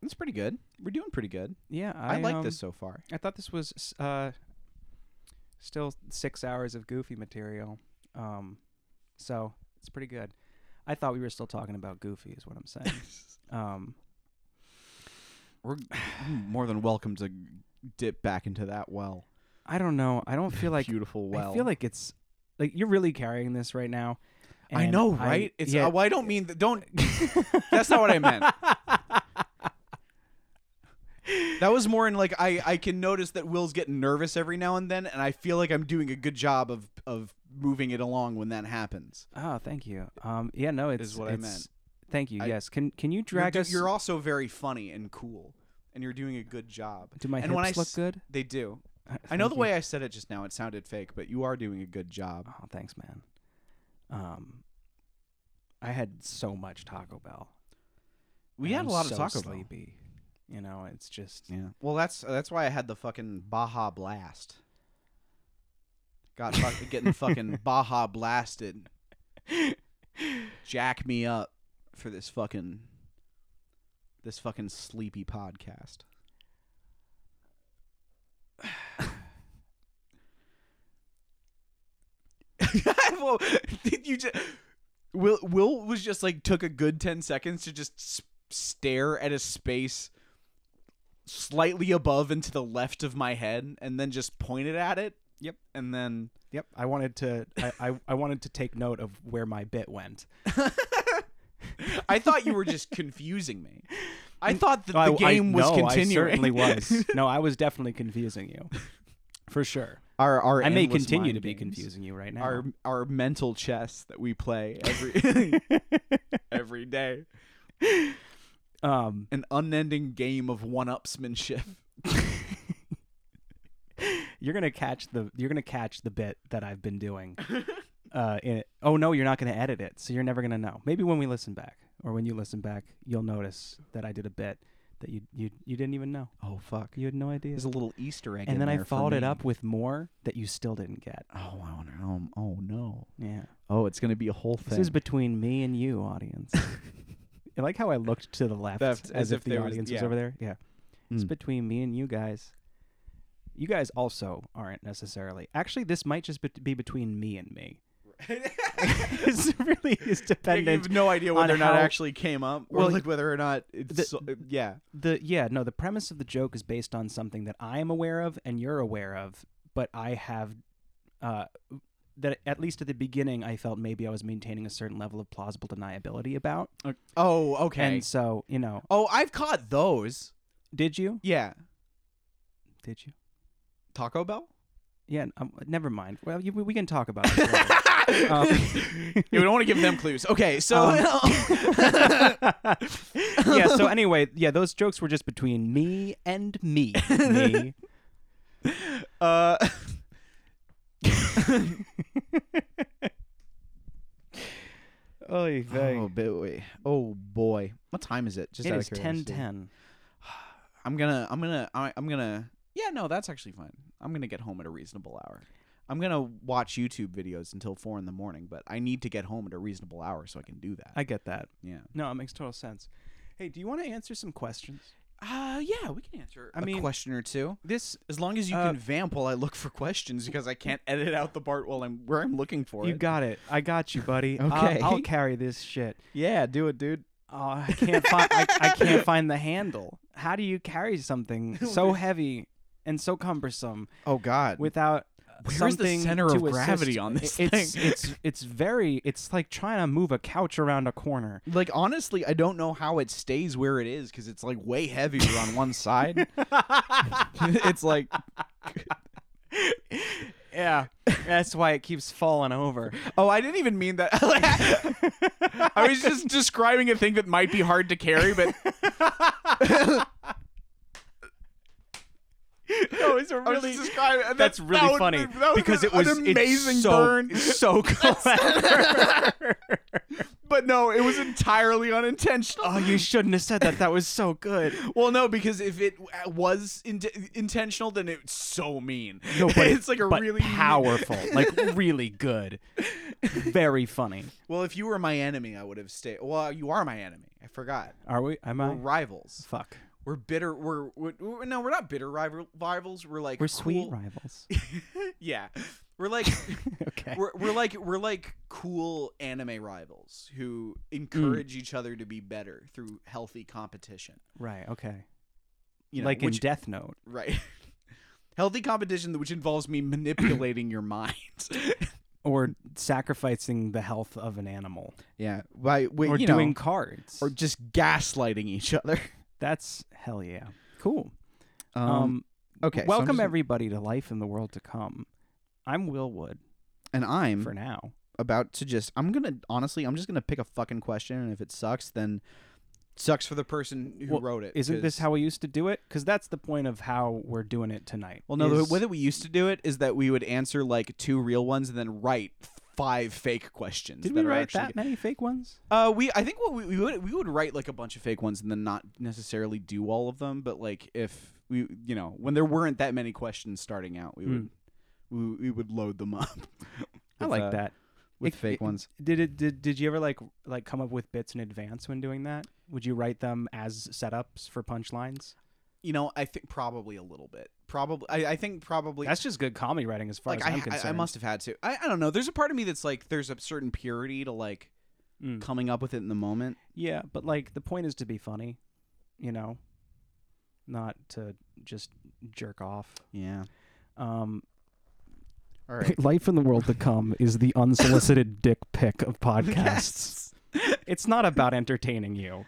Speaker 2: That's pretty good. We're doing pretty good.
Speaker 1: Yeah,
Speaker 2: I,
Speaker 1: I,
Speaker 2: like
Speaker 1: um,
Speaker 2: this so far.
Speaker 1: I thought this was s- uh, still six hours of Goofy material, um, so it's pretty good. I thought we were still talking about Goofy, is what I'm saying. um,
Speaker 2: We're Mm, more than welcome to dip back into that well.
Speaker 1: I don't know. I don't feel like
Speaker 2: Beautiful well.
Speaker 1: I feel like it's like you're really carrying this right now.
Speaker 2: I
Speaker 1: and
Speaker 2: know, right? it's
Speaker 1: yeah,
Speaker 2: uh, well, I don't mean that. Don't. that's not what I meant. That was more in like I I can notice that Will's getting nervous every now and then, and I feel like I'm doing a good job of of moving it along when that happens.
Speaker 1: oh, thank you. Um, yeah, no, it's
Speaker 2: what I
Speaker 1: it's-
Speaker 2: meant.
Speaker 1: Thank you.
Speaker 2: I-
Speaker 1: yes. Can can you
Speaker 2: You're,
Speaker 1: drag
Speaker 2: do-
Speaker 1: us?
Speaker 2: you're also very funny and cool, and you're doing a good job.
Speaker 1: Do my
Speaker 2: and
Speaker 1: hips
Speaker 2: when I
Speaker 1: look
Speaker 2: s-
Speaker 1: good?
Speaker 2: They do.
Speaker 1: Uh,
Speaker 2: I know
Speaker 1: thank
Speaker 2: the
Speaker 1: you.
Speaker 2: way I said it just now; it sounded fake, but you are doing a good job.
Speaker 1: Oh, thanks, man. Um, I had so much Taco Bell.
Speaker 2: We
Speaker 1: and
Speaker 2: had
Speaker 1: I'm
Speaker 2: a lot of
Speaker 1: so
Speaker 2: Taco Bell.
Speaker 1: sleepy. You know, it's just
Speaker 2: Yeah. Well, that's that's why I had the fucking Baja Blast. Got fuck, getting fucking Baja blasted. Jack me up for this fucking this fucking sleepy podcast. Well, did you just Will Will was just like took a good 10 seconds to just s- stare at a space slightly above and to the left of my head and then just pointed at it.
Speaker 1: Yep.
Speaker 2: And then
Speaker 1: Yep. I wanted to. I, I, I wanted to take note of where my bit went.
Speaker 2: I thought you were just confusing me. I thought that the
Speaker 1: I,
Speaker 2: game
Speaker 1: I,
Speaker 2: was
Speaker 1: no,
Speaker 2: continuing.
Speaker 1: I certainly was. No, I was definitely confusing you, for sure.
Speaker 2: Our, our
Speaker 1: I may
Speaker 2: endless
Speaker 1: continue
Speaker 2: mind
Speaker 1: to be
Speaker 2: games.
Speaker 1: confusing you right now.
Speaker 2: Our our mental chess that we play every every day.
Speaker 1: um,
Speaker 2: An unending game of one-upsmanship.
Speaker 1: you're gonna catch the you're gonna catch the bit that I've been doing. uh, in it. Oh no, you're not gonna edit it, so you're never gonna know. Maybe when we listen back, or when you listen back, you'll notice that I did a bit that you you you didn't even know.
Speaker 2: Oh fuck.
Speaker 1: You had no idea.
Speaker 2: There's a little Easter egg. in
Speaker 1: And then I
Speaker 2: there for
Speaker 1: followed it
Speaker 2: me.
Speaker 1: up with more that you still didn't get.
Speaker 2: Oh, I wonder. Oh, oh no.
Speaker 1: Yeah,
Speaker 2: Oh, it's gonna be a whole thing.
Speaker 1: this is between me and you, audience. I like how I looked to the left
Speaker 2: Left,
Speaker 1: as, if, the
Speaker 2: there was-
Speaker 1: audience was,
Speaker 2: yeah.
Speaker 1: over there. Yeah, it's
Speaker 2: Mm.
Speaker 1: between me and you guys. You guys also aren't necessarily. Actually, this might just be- be between me and me. it really is
Speaker 2: I
Speaker 1: dependent.
Speaker 2: have no idea
Speaker 1: on
Speaker 2: whether or not it
Speaker 1: how-
Speaker 2: actually came up, or
Speaker 1: Well,
Speaker 2: like whether or not it's
Speaker 1: the-
Speaker 2: so- uh, yeah.
Speaker 1: The yeah, no, the premise of the joke is based on something that I am aware of and you're aware of, but I have uh that at least at the beginning I felt maybe I was maintaining a certain level of plausible deniability about.
Speaker 2: Oh, okay.
Speaker 1: And so, you know,
Speaker 2: oh, I've caught those.
Speaker 1: did you?
Speaker 2: Yeah,
Speaker 1: Did you?
Speaker 2: Taco Bell.
Speaker 1: Yeah, um, never mind. Well, you, we we can talk about it. later. Um,
Speaker 2: Oh. Um, you don't want to give them clues. Okay, so
Speaker 1: Um, yeah, so anyway, yeah, those jokes were just between me and me. me.
Speaker 2: Uh,
Speaker 1: Oy vey.
Speaker 2: oh boy, oh boy. What time is it? Just
Speaker 1: it
Speaker 2: out
Speaker 1: is
Speaker 2: of curiosity.
Speaker 1: ten ten.
Speaker 2: I'm gonna, I'm gonna, I, I'm gonna. Yeah, no, that's actually fine. I'm gonna get home at a reasonable hour. I'm gonna watch YouTube videos until four in the morning, but I need to get home at a reasonable hour so I can do that.
Speaker 1: I get that.
Speaker 2: yeah.
Speaker 1: No, it makes total sense. Hey, do you want to answer some questions?
Speaker 2: Uh, yeah, we can answer
Speaker 1: I
Speaker 2: a
Speaker 1: mean-
Speaker 2: question or two.
Speaker 1: This
Speaker 2: As long as you
Speaker 1: Uh,
Speaker 2: can vamp while I look for questions, because I can't edit out the part while I'm where I'm looking for
Speaker 1: you
Speaker 2: it.
Speaker 1: got it. I got you, buddy. I'll-
Speaker 2: Okay.
Speaker 1: I'll carry this shit.
Speaker 2: yeah, do it, dude.
Speaker 1: Oh, I can't find I, I can't find the handle. How do you carry something so heavy and so cumbersome
Speaker 2: Oh God,
Speaker 1: without
Speaker 2: Where's the
Speaker 1: something
Speaker 2: center
Speaker 1: to
Speaker 2: of
Speaker 1: assist?
Speaker 2: gravity on this
Speaker 1: it's,
Speaker 2: thing?
Speaker 1: It's it's very it's like trying to move a couch around a corner.
Speaker 2: like honestly, I don't know how it stays where it is because it's like way heavier on one side. it's like
Speaker 1: Yeah, that's why it keeps falling over.
Speaker 2: Oh, I didn't even mean that. I was just describing a thing that might be hard to carry, but
Speaker 1: No, it's
Speaker 2: I was just describing. that-
Speaker 1: that's
Speaker 2: that
Speaker 1: really
Speaker 2: would-
Speaker 1: funny
Speaker 2: that would
Speaker 1: because
Speaker 2: have
Speaker 1: it
Speaker 2: been
Speaker 1: was
Speaker 2: an
Speaker 1: it's
Speaker 2: amazing
Speaker 1: so,
Speaker 2: burn.
Speaker 1: so clever.
Speaker 2: But no, it was entirely unintentional.
Speaker 1: oh, you shouldn't have said that. That was so good.
Speaker 2: well, no, because if it uh, was in- intentional, then it's so mean.
Speaker 1: No, but
Speaker 2: it's like a
Speaker 1: but
Speaker 2: really
Speaker 1: powerful, like really good, very funny.
Speaker 2: Well, if you were my enemy, I would have stayed. Well, you are my enemy. I forgot.
Speaker 1: Are we? Am I?
Speaker 2: We're rivals.
Speaker 1: Fuck.
Speaker 2: We're bitter. We're, we're, we're- no, we're not bitter rival- rivals. We're like
Speaker 1: We're sweet
Speaker 2: cool-
Speaker 1: rivals.
Speaker 2: yeah, we're like.
Speaker 1: okay.
Speaker 2: we're, we're like we're like cool anime rivals who encourage
Speaker 1: Mm.
Speaker 2: each other to be better through healthy competition.
Speaker 1: right. Okay.
Speaker 2: You know,
Speaker 1: like
Speaker 2: which,
Speaker 1: in Death Note.
Speaker 2: right, healthy competition which involves me manipulating your mind.
Speaker 1: Or sacrificing the health of an animal,
Speaker 2: yeah, by we,
Speaker 1: or
Speaker 2: you
Speaker 1: doing
Speaker 2: know,
Speaker 1: cards.
Speaker 2: or just gaslighting each other.
Speaker 1: That's hell yeah, cool.
Speaker 2: Um,
Speaker 1: Um,
Speaker 2: okay, so I'm
Speaker 1: welcome
Speaker 2: just-
Speaker 1: everybody to life in the world to come. I'm Will Wood
Speaker 2: and I'm
Speaker 1: for now.
Speaker 2: about to just. I'm gonna honestly, I'm just gonna pick a fucking question, and if it sucks, then sucks for the person who
Speaker 1: Well,
Speaker 2: wrote it.
Speaker 1: Isn't this
Speaker 2: 'cause-
Speaker 1: how we used to do it? Because that's the point of how we're doing it tonight.
Speaker 2: Well, no,
Speaker 1: is-
Speaker 2: the way that we used to do it is that we would answer like two real ones and then write five fake questions.
Speaker 1: did
Speaker 2: that
Speaker 1: we
Speaker 2: are
Speaker 1: write
Speaker 2: actually
Speaker 1: that many fake ones?
Speaker 2: Uh, we I think what we, we would we would write like a bunch of fake ones and then not necessarily do all of them, but like if we you know when there weren't that many questions starting out, we would we, we would load them up.
Speaker 1: I
Speaker 2: with,
Speaker 1: like
Speaker 2: uh,
Speaker 1: that.
Speaker 2: with
Speaker 1: It-
Speaker 2: fake
Speaker 1: it-
Speaker 2: ones.
Speaker 1: Did it? Did, did you ever like like come up with bits in advance when doing that? Would you write them as setups for punchlines?
Speaker 2: You know, I think probably a little bit. Probably, I, I think probably
Speaker 1: That's just good comedy writing, as far
Speaker 2: like
Speaker 1: as I'm
Speaker 2: I, I,
Speaker 1: concerned.
Speaker 2: I must have had to. I, I don't know. There's a part of me that's like there's a certain purity to like
Speaker 1: Mm.
Speaker 2: coming up with it in the moment.
Speaker 1: Yeah, but like the point is to be funny, you know, not to just jerk off.
Speaker 2: Yeah.
Speaker 1: Um,
Speaker 2: All right.
Speaker 1: Life in the world to come is the unsolicited dick pic of podcasts. It's not about entertaining you.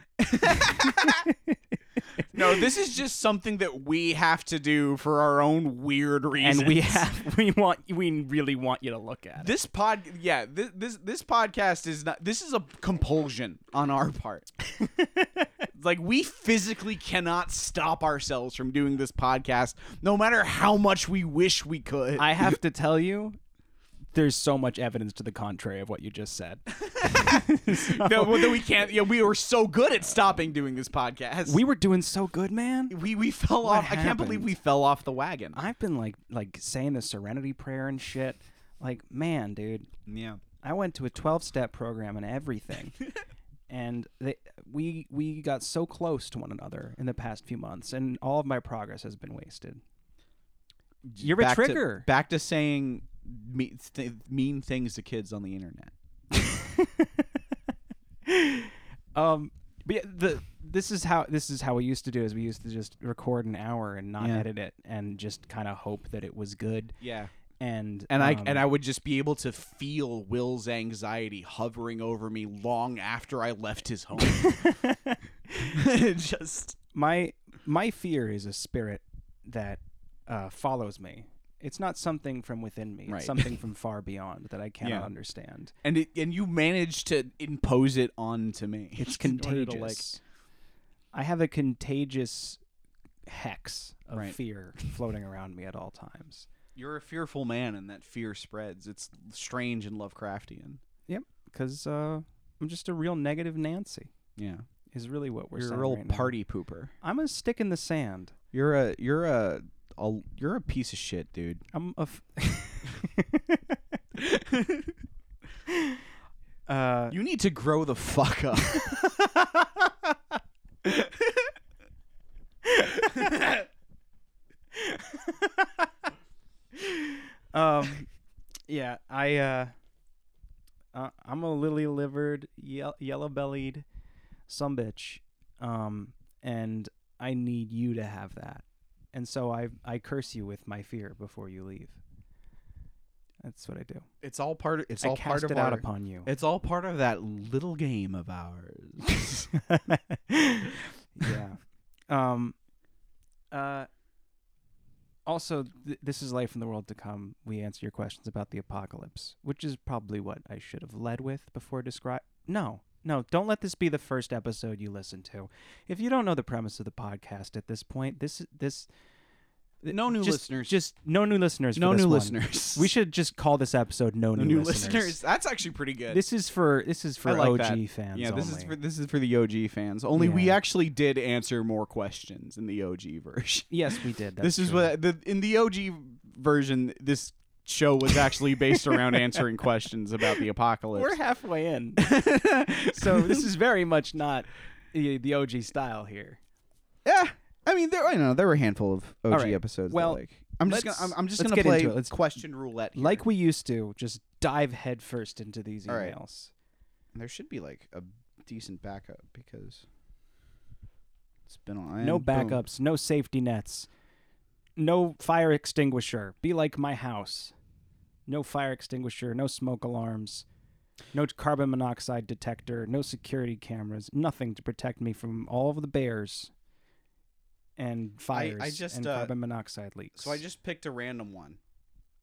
Speaker 2: No, this is just something that we have to do for our own weird reasons.
Speaker 1: And we have we want we really want you to look at it.
Speaker 2: this pod. Yeah, this, this this podcast is not. This is a compulsion on our part. like we physically cannot stop ourselves from doing this podcast, no matter how much we wish we could.
Speaker 1: I have to tell you, there's so much evidence to the contrary of what you just said. So-
Speaker 2: that, that we can't. Yeah, we were so good at stopping doing this podcast.
Speaker 1: we were doing so good, man.
Speaker 2: we we fell
Speaker 1: What
Speaker 2: off. I can't believe
Speaker 1: happened?
Speaker 2: we fell off the wagon.
Speaker 1: I've been like like saying the serenity prayer and shit. Like, man, dude,
Speaker 2: yeah.
Speaker 1: I went to a 12 step program and everything. and they, we we got so close to one another in the past few months and all of my progress has been wasted. You're a
Speaker 2: back to-
Speaker 1: trigger.
Speaker 2: back to saying me, th- mean things to kids on the internet.
Speaker 1: Um but yeah, the this is how this is how we used to do is we used to just record an hour and not
Speaker 2: Yeah.
Speaker 1: edit it and just kind of hope that it was good
Speaker 2: Yeah,
Speaker 1: and
Speaker 2: and I
Speaker 1: um,
Speaker 2: and I would just be able to feel Will's anxiety hovering over me long after I left his home. just
Speaker 1: um, my my fear is a spirit that uh, follows me. It's not something from within me.
Speaker 2: Right.
Speaker 1: It's something from far beyond that I cannot
Speaker 2: Yeah.
Speaker 1: understand.
Speaker 2: and it, and you managed to impose it onto me.
Speaker 1: It's
Speaker 2: In order to,
Speaker 1: contagious.
Speaker 2: like,
Speaker 1: I have a contagious hex of
Speaker 2: Right.
Speaker 1: fear floating around me at all times.
Speaker 2: You're a fearful man, and that fear spreads. It's strange and Lovecraftian.
Speaker 1: Because uh, I'm just a real negative Nancy.
Speaker 2: Yeah,
Speaker 1: Is really what we're
Speaker 2: you're a
Speaker 1: saying
Speaker 2: real
Speaker 1: right now.
Speaker 2: party pooper.
Speaker 1: I'm a stick in the sand.
Speaker 2: You're a you're a, a you're a piece of shit, dude.
Speaker 1: I'm a. F- uh,
Speaker 2: You need to grow the fuck up.
Speaker 1: um, yeah, I uh, uh, I'm a lily livered, ye- yellow bellied, some bitch, um, and I need you to have that, and so I I curse you with my fear before you leave. That's what I do.
Speaker 2: It's all part. Of, it's
Speaker 1: I
Speaker 2: all
Speaker 1: cast
Speaker 2: part of
Speaker 1: it out
Speaker 2: our-
Speaker 1: upon you.
Speaker 2: It's all part of that little game of ours.
Speaker 1: yeah. Um. Uh. Also, th- this is life in the world to come. We answer your questions about the apocalypse, which is probably what I should have led with before describe. No, no, don't let this be the first episode you listen to. If you don't know the premise of the podcast at this point, this this
Speaker 2: no new
Speaker 1: just,
Speaker 2: listeners.
Speaker 1: Just no new listeners. for
Speaker 2: no
Speaker 1: this
Speaker 2: new
Speaker 1: one.
Speaker 2: listeners.
Speaker 1: We should just call this episode "No
Speaker 2: no
Speaker 1: New, Listeners."
Speaker 2: That's actually pretty good.
Speaker 1: This is for this is for
Speaker 2: I like
Speaker 1: OG
Speaker 2: that.
Speaker 1: fans.
Speaker 2: yeah, this is
Speaker 1: only.
Speaker 2: for this is for the OG fans. Only we
Speaker 1: Yeah.
Speaker 2: actually did answer more questions in the OG version.
Speaker 1: yes, we did. That's
Speaker 2: this is
Speaker 1: true.
Speaker 2: what the in the OG version this show was actually based around answering questions about the apocalypse.
Speaker 1: We're halfway in. so this is very much not the, the OG style here.
Speaker 2: Yeah, I mean, there I know there were a handful of OG
Speaker 1: All right.
Speaker 2: episodes. that,
Speaker 1: Well,
Speaker 2: like, I'm just gonna
Speaker 1: let's-
Speaker 2: I'm, I'm just
Speaker 1: let's
Speaker 2: gonna
Speaker 1: get
Speaker 2: play
Speaker 1: into it. Let's-
Speaker 2: question roulette. Here.
Speaker 1: Like we used to, just dive headfirst into these
Speaker 2: All right.
Speaker 1: emails.
Speaker 2: there should be like a decent backup because it's been on.
Speaker 1: No
Speaker 2: and boom.
Speaker 1: backups, no safety nets, no fire extinguisher. Be like my house. No fire extinguisher, no smoke alarms, no carbon monoxide detector, no security cameras, nothing to protect me from all of the bears and fires
Speaker 2: just,
Speaker 1: and
Speaker 2: uh,
Speaker 1: carbon monoxide leaks.
Speaker 2: So I just picked a random one,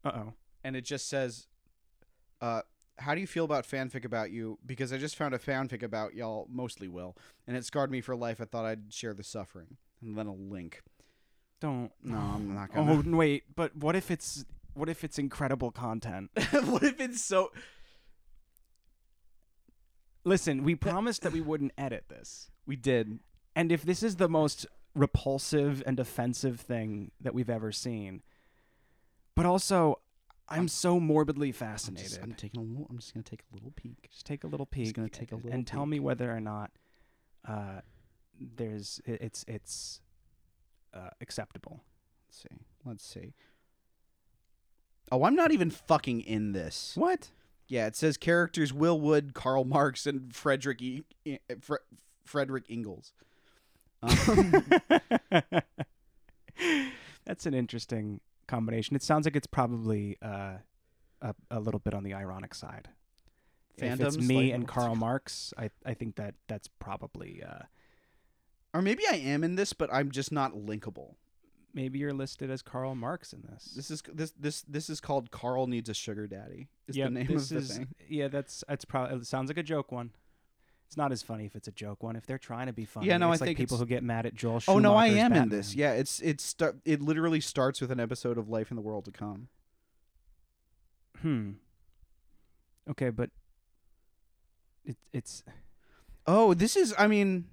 Speaker 1: uh oh.
Speaker 2: and it just says, uh, "How do you feel about fanfic about you?" Because I just found a fanfic about y'all, mostly Will, and it scarred me for life. I thought I'd share the suffering, and then a link.
Speaker 1: Don't
Speaker 2: No, I'm not gonna.
Speaker 1: Oh n- wait, but what if it's what if it's incredible content?
Speaker 2: what if it's so?
Speaker 1: Listen, we promised that we wouldn't edit this.
Speaker 2: We did.
Speaker 1: And if this is the most repulsive and offensive thing that we've ever seen, but also I'm so morbidly
Speaker 2: I'm just,
Speaker 1: fascinated.
Speaker 2: I'm taking a. Little, I'm just gonna take a little peek.
Speaker 1: Just take a little peek
Speaker 2: gonna take a
Speaker 1: and-
Speaker 2: little
Speaker 1: and tell
Speaker 2: peek.
Speaker 1: me whether or not uh, there's i- it's it's uh, acceptable.
Speaker 2: Let's see. Let's see. Oh, I'm not even fucking in this.
Speaker 1: What?
Speaker 2: Yeah, it says characters Will Wood, Karl Marx, and Frederick e- E- Fre- Frederick Ingalls. Um,
Speaker 1: That's an interesting combination. It sounds like it's probably uh, a, a little bit on the ironic side. if it's
Speaker 2: Fandom's
Speaker 1: me
Speaker 2: like-
Speaker 1: and Karl Marx, I, I think that that's probably uh,
Speaker 2: or maybe I am in this, but I'm just not linkable.
Speaker 1: maybe you're listed as Karl Marx in this.
Speaker 2: This is this this this is called Carl needs a sugar daddy. Is the name
Speaker 1: this
Speaker 2: of the
Speaker 1: is-
Speaker 2: thing.
Speaker 1: Yeah, that's that's probably it sounds like a joke one. It's not as funny if it's a joke one. If they're trying to be funny,
Speaker 2: no,
Speaker 1: it's
Speaker 2: I
Speaker 1: like
Speaker 2: think
Speaker 1: people
Speaker 2: it's-
Speaker 1: who get mad at Joel.
Speaker 2: Oh no, I
Speaker 1: Schumacher's
Speaker 2: am in
Speaker 1: Batman.
Speaker 2: this. Yeah, it's it's sta- it literally starts with an episode of Life in the World to Come.
Speaker 1: Hmm. Okay, but it, it's
Speaker 2: Oh, this is I mean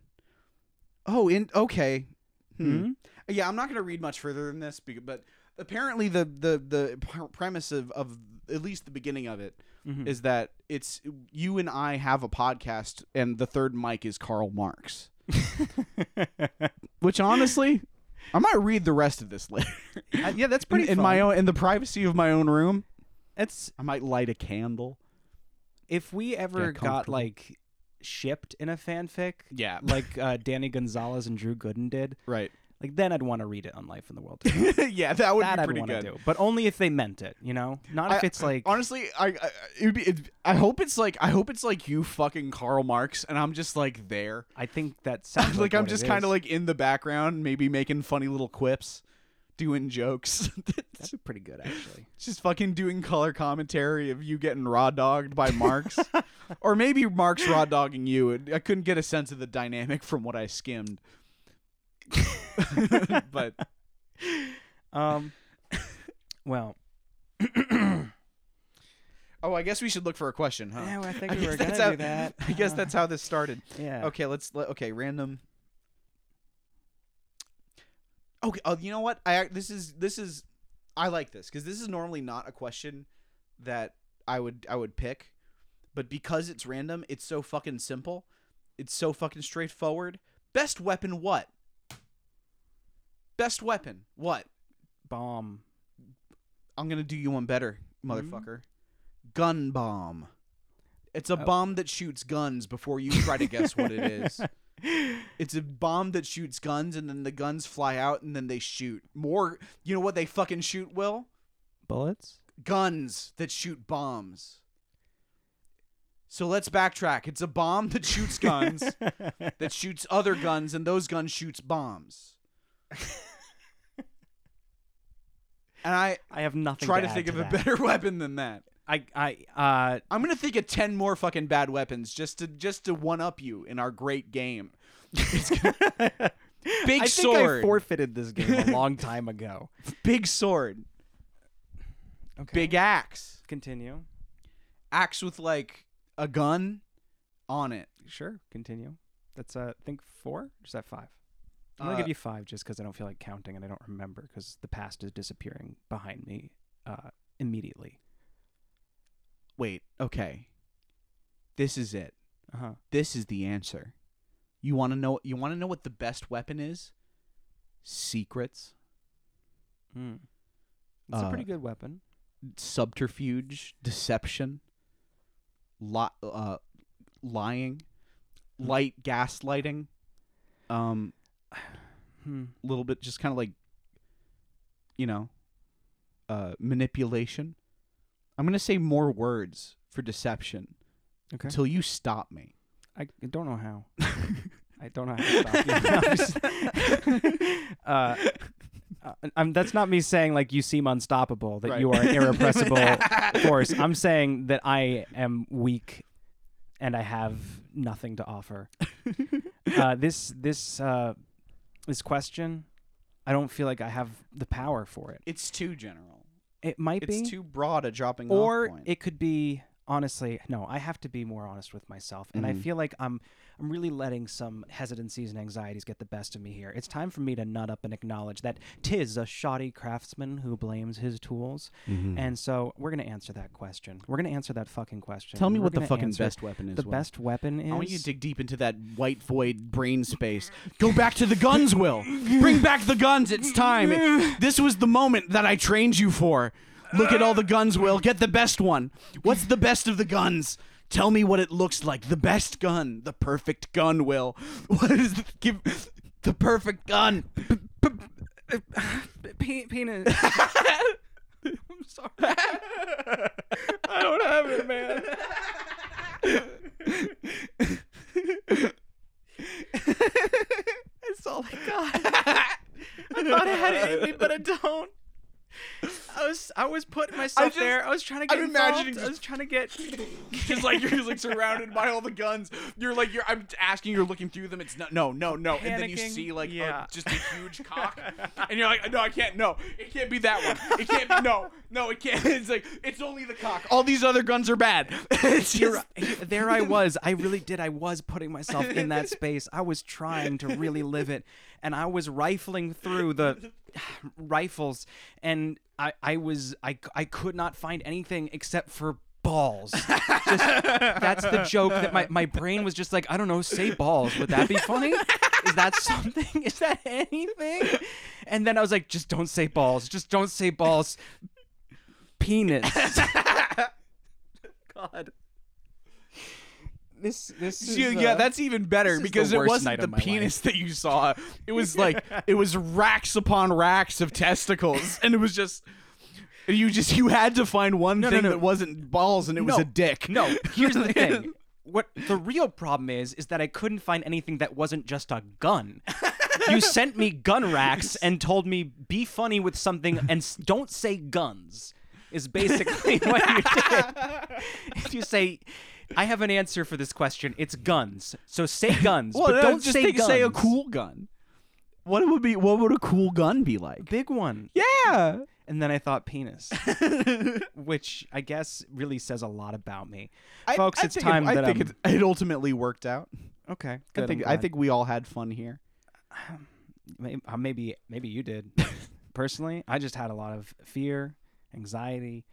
Speaker 2: Oh, in okay. Hmm.
Speaker 1: hmm?
Speaker 2: Yeah, I'm not going to read much further than this, becau- but apparently the the the p- premise of of at least the beginning of it
Speaker 1: Mhm.
Speaker 2: is that it's you and I have a podcast, and the third mic is Karl Marx. Which honestly, I might read the rest of this later
Speaker 1: I- yeah, that's
Speaker 2: in,
Speaker 1: pretty.
Speaker 2: in my own in the privacy of my own room.
Speaker 1: It's
Speaker 2: I might light a candle.
Speaker 1: if we ever got
Speaker 2: comfortable.
Speaker 1: like shipped in a fanfic,
Speaker 2: Yeah,
Speaker 1: like uh, Danny Gonzalez and Drew Gooden did,
Speaker 2: right.
Speaker 1: like then I'd want to read it on Life in the World.
Speaker 2: yeah, that would
Speaker 1: that
Speaker 2: be
Speaker 1: I'd
Speaker 2: pretty
Speaker 1: want to
Speaker 2: good.
Speaker 1: do, but only if they meant it. You know, not if
Speaker 2: I-
Speaker 1: it's like
Speaker 2: Honestly, I, I it would be. It, I hope it's like I hope it's like you fucking Karl Marx, and I'm just like there.
Speaker 1: I think that sounds
Speaker 2: like,
Speaker 1: like,
Speaker 2: I'm
Speaker 1: what it
Speaker 2: just kind
Speaker 1: is.
Speaker 2: of like in the background, maybe making funny little quips, doing jokes,
Speaker 1: that's pretty good actually.
Speaker 2: just fucking doing color commentary of you getting raw dogged by Marx, or maybe Marx raw dogging you. I couldn't get a sense of the dynamic from what I skimmed. but
Speaker 1: Um, well,
Speaker 2: oh, I guess we should look for a question, huh?
Speaker 1: yeah, well, I think
Speaker 2: I
Speaker 1: we were
Speaker 2: guess
Speaker 1: gonna
Speaker 2: that's
Speaker 1: do
Speaker 2: how-
Speaker 1: that.
Speaker 2: I guess
Speaker 1: Uh,
Speaker 2: that's how this started.
Speaker 1: yeah.
Speaker 2: Okay, let's. Let, okay, random. Okay, oh, you know what? I ac- this is this is, I like this because this is normally not a question that I would I would pick, but because it's random, it's so fucking simple, it's so fucking straightforward. Best weapon what? Best weapon what?
Speaker 1: Bomb.
Speaker 2: I'm gonna do you one better,
Speaker 1: Hmm?
Speaker 2: motherfucker. Gun bomb. It's a
Speaker 1: Oh.
Speaker 2: bomb that shoots guns before you try to guess what it is. It's a bomb that shoots guns and then the guns fly out and then they shoot. More you know what they fucking shoot, Will?
Speaker 1: Bullets.
Speaker 2: Guns that shoot bombs. So let's backtrack. It's a bomb that shoots guns that shoots other guns and those guns shoots bombs. and I
Speaker 1: I have nothing.
Speaker 2: try
Speaker 1: to,
Speaker 2: to
Speaker 1: add
Speaker 2: think of a
Speaker 1: that.
Speaker 2: better weapon than that.
Speaker 1: I I uh
Speaker 2: I'm gonna think of ten more fucking bad weapons just to just to one up you in our great game. Big
Speaker 1: I
Speaker 2: sword.
Speaker 1: think I forfeited this game a long time ago.
Speaker 2: Big sword.
Speaker 1: Okay.
Speaker 2: Big axe.
Speaker 1: Continue.
Speaker 2: Axe with like a gun on it.
Speaker 1: Sure. Continue. That's uh, I think four. Or is that five? I'm gonna
Speaker 2: Uh,
Speaker 1: give you five just because I don't feel like counting and I don't remember because the past is disappearing behind me uh, immediately.
Speaker 2: Wait, okay. This is it.
Speaker 1: Uh huh.
Speaker 2: This is the answer. You wanna know you wanna know what the best weapon is? Secrets.
Speaker 1: Mm. It's a
Speaker 2: Uh,
Speaker 1: pretty good weapon.
Speaker 2: subterfuge, deception, li- uh, lying, light gaslighting, um,
Speaker 1: Hmm.
Speaker 2: a little bit just kind of like, you know, uh, manipulation. I'm gonna say more words for deception
Speaker 1: Okay.
Speaker 2: until you stop me.
Speaker 1: I I don't know how. I don't know how to stop you. I'm just- uh, uh, I'm, that's not me saying like you seem unstoppable, that
Speaker 2: Right.
Speaker 1: you are an irrepressible force. I'm saying that I am weak and I have nothing to offer. Uh, this this uh, this question, I don't feel like I have the power for it.
Speaker 2: It's too general.
Speaker 1: It might be
Speaker 2: It's too broad a dropping
Speaker 1: or
Speaker 2: off point.
Speaker 1: it could be honestly no i have to be more honest with myself and i
Speaker 2: Mhm.
Speaker 1: feel like i'm i'm really letting some hesitancies and anxieties get the best of me here it's time for me to nut up and acknowledge that tis a shoddy craftsman who blames his tools
Speaker 2: Mm-hmm.
Speaker 1: and so we're going to answer that question we're going to answer that fucking question
Speaker 2: Tell me
Speaker 1: We're
Speaker 2: what the
Speaker 1: gonna
Speaker 2: fucking
Speaker 1: answer
Speaker 2: best weapon is.
Speaker 1: the
Speaker 2: Will.
Speaker 1: best weapon is
Speaker 2: I want you to dig deep into that white void brain space. Go back to the guns, Will. Bring back the guns. It's time. This was the moment that I trained you for. Look at all the guns, Will. Get the best one. What's the best of the guns? Tell me what it looks like. The best gun. The perfect gun, Will. What is the, give the perfect gun?
Speaker 1: penis i'm sorry i don't have it man
Speaker 2: That's all I got. I thought I had it in me, but I don't.
Speaker 1: I was I was putting myself
Speaker 2: just-
Speaker 1: there. I was trying to get
Speaker 2: I'm
Speaker 1: involved.
Speaker 2: imagining
Speaker 1: I
Speaker 2: just-
Speaker 1: was trying to get
Speaker 2: Just like you're just like surrounded by all the guns. You're like you're. I'm asking. You're looking through them. It's not. No, no, no. And then you
Speaker 1: Panicking?
Speaker 2: see like a-
Speaker 1: Yeah.
Speaker 2: just a huge cock, and you're like, no, I can't. No, it can't be that one. It can't. be No, no, it can't. It's like it's only the cock. All these other guns are bad. it's
Speaker 1: You're
Speaker 2: just,
Speaker 1: right. there I was. I really did. I was putting myself in that space. I was trying to really live it. And I was rifling through the rifles and I, I was I, I could not find anything except for balls. Just, that's the joke that my, my brain was just like, I don't know, say balls. Would that be funny? Is that something? Is that anything? And then I was like, just don't say balls. Just don't say balls. Penis. God. This this is, uh,
Speaker 2: Yeah, yeah, that's even better
Speaker 1: is
Speaker 2: because
Speaker 1: the
Speaker 2: it
Speaker 1: worst
Speaker 2: wasn't
Speaker 1: night
Speaker 2: the
Speaker 1: of my
Speaker 2: penis that you saw. It was like it was racks upon racks of testicles, and it was just you just you had to find one
Speaker 1: No, no,
Speaker 2: thing
Speaker 1: no.
Speaker 2: that wasn't balls, and it was
Speaker 1: No,
Speaker 2: a dick.
Speaker 1: No, here's the thing. What the real problem is is that I couldn't find anything that wasn't just a gun. You sent me gun racks and told me be funny with something and s- don't say guns. Is basically what you did. You say, I have an answer for this question. It's guns. So say guns,
Speaker 2: well,
Speaker 1: but
Speaker 2: no,
Speaker 1: don't
Speaker 2: just
Speaker 1: say
Speaker 2: take,
Speaker 1: guns.
Speaker 2: say a cool gun. What would be? What would a cool gun be like?
Speaker 1: Big one.
Speaker 2: Yeah.
Speaker 1: And then I thought penis, which I guess really says a lot about me.
Speaker 2: I-
Speaker 1: Folks,
Speaker 2: I
Speaker 1: it's
Speaker 2: think
Speaker 1: time
Speaker 2: it, I
Speaker 1: that
Speaker 2: think
Speaker 1: I'm-
Speaker 2: it, it ultimately worked out.
Speaker 1: Okay.
Speaker 2: I
Speaker 1: good,
Speaker 2: think
Speaker 1: I'm
Speaker 2: I
Speaker 1: glad.
Speaker 2: think we all had fun here.
Speaker 1: May- uh, maybe maybe you did. Personally, I just had a lot of fear, anxiety,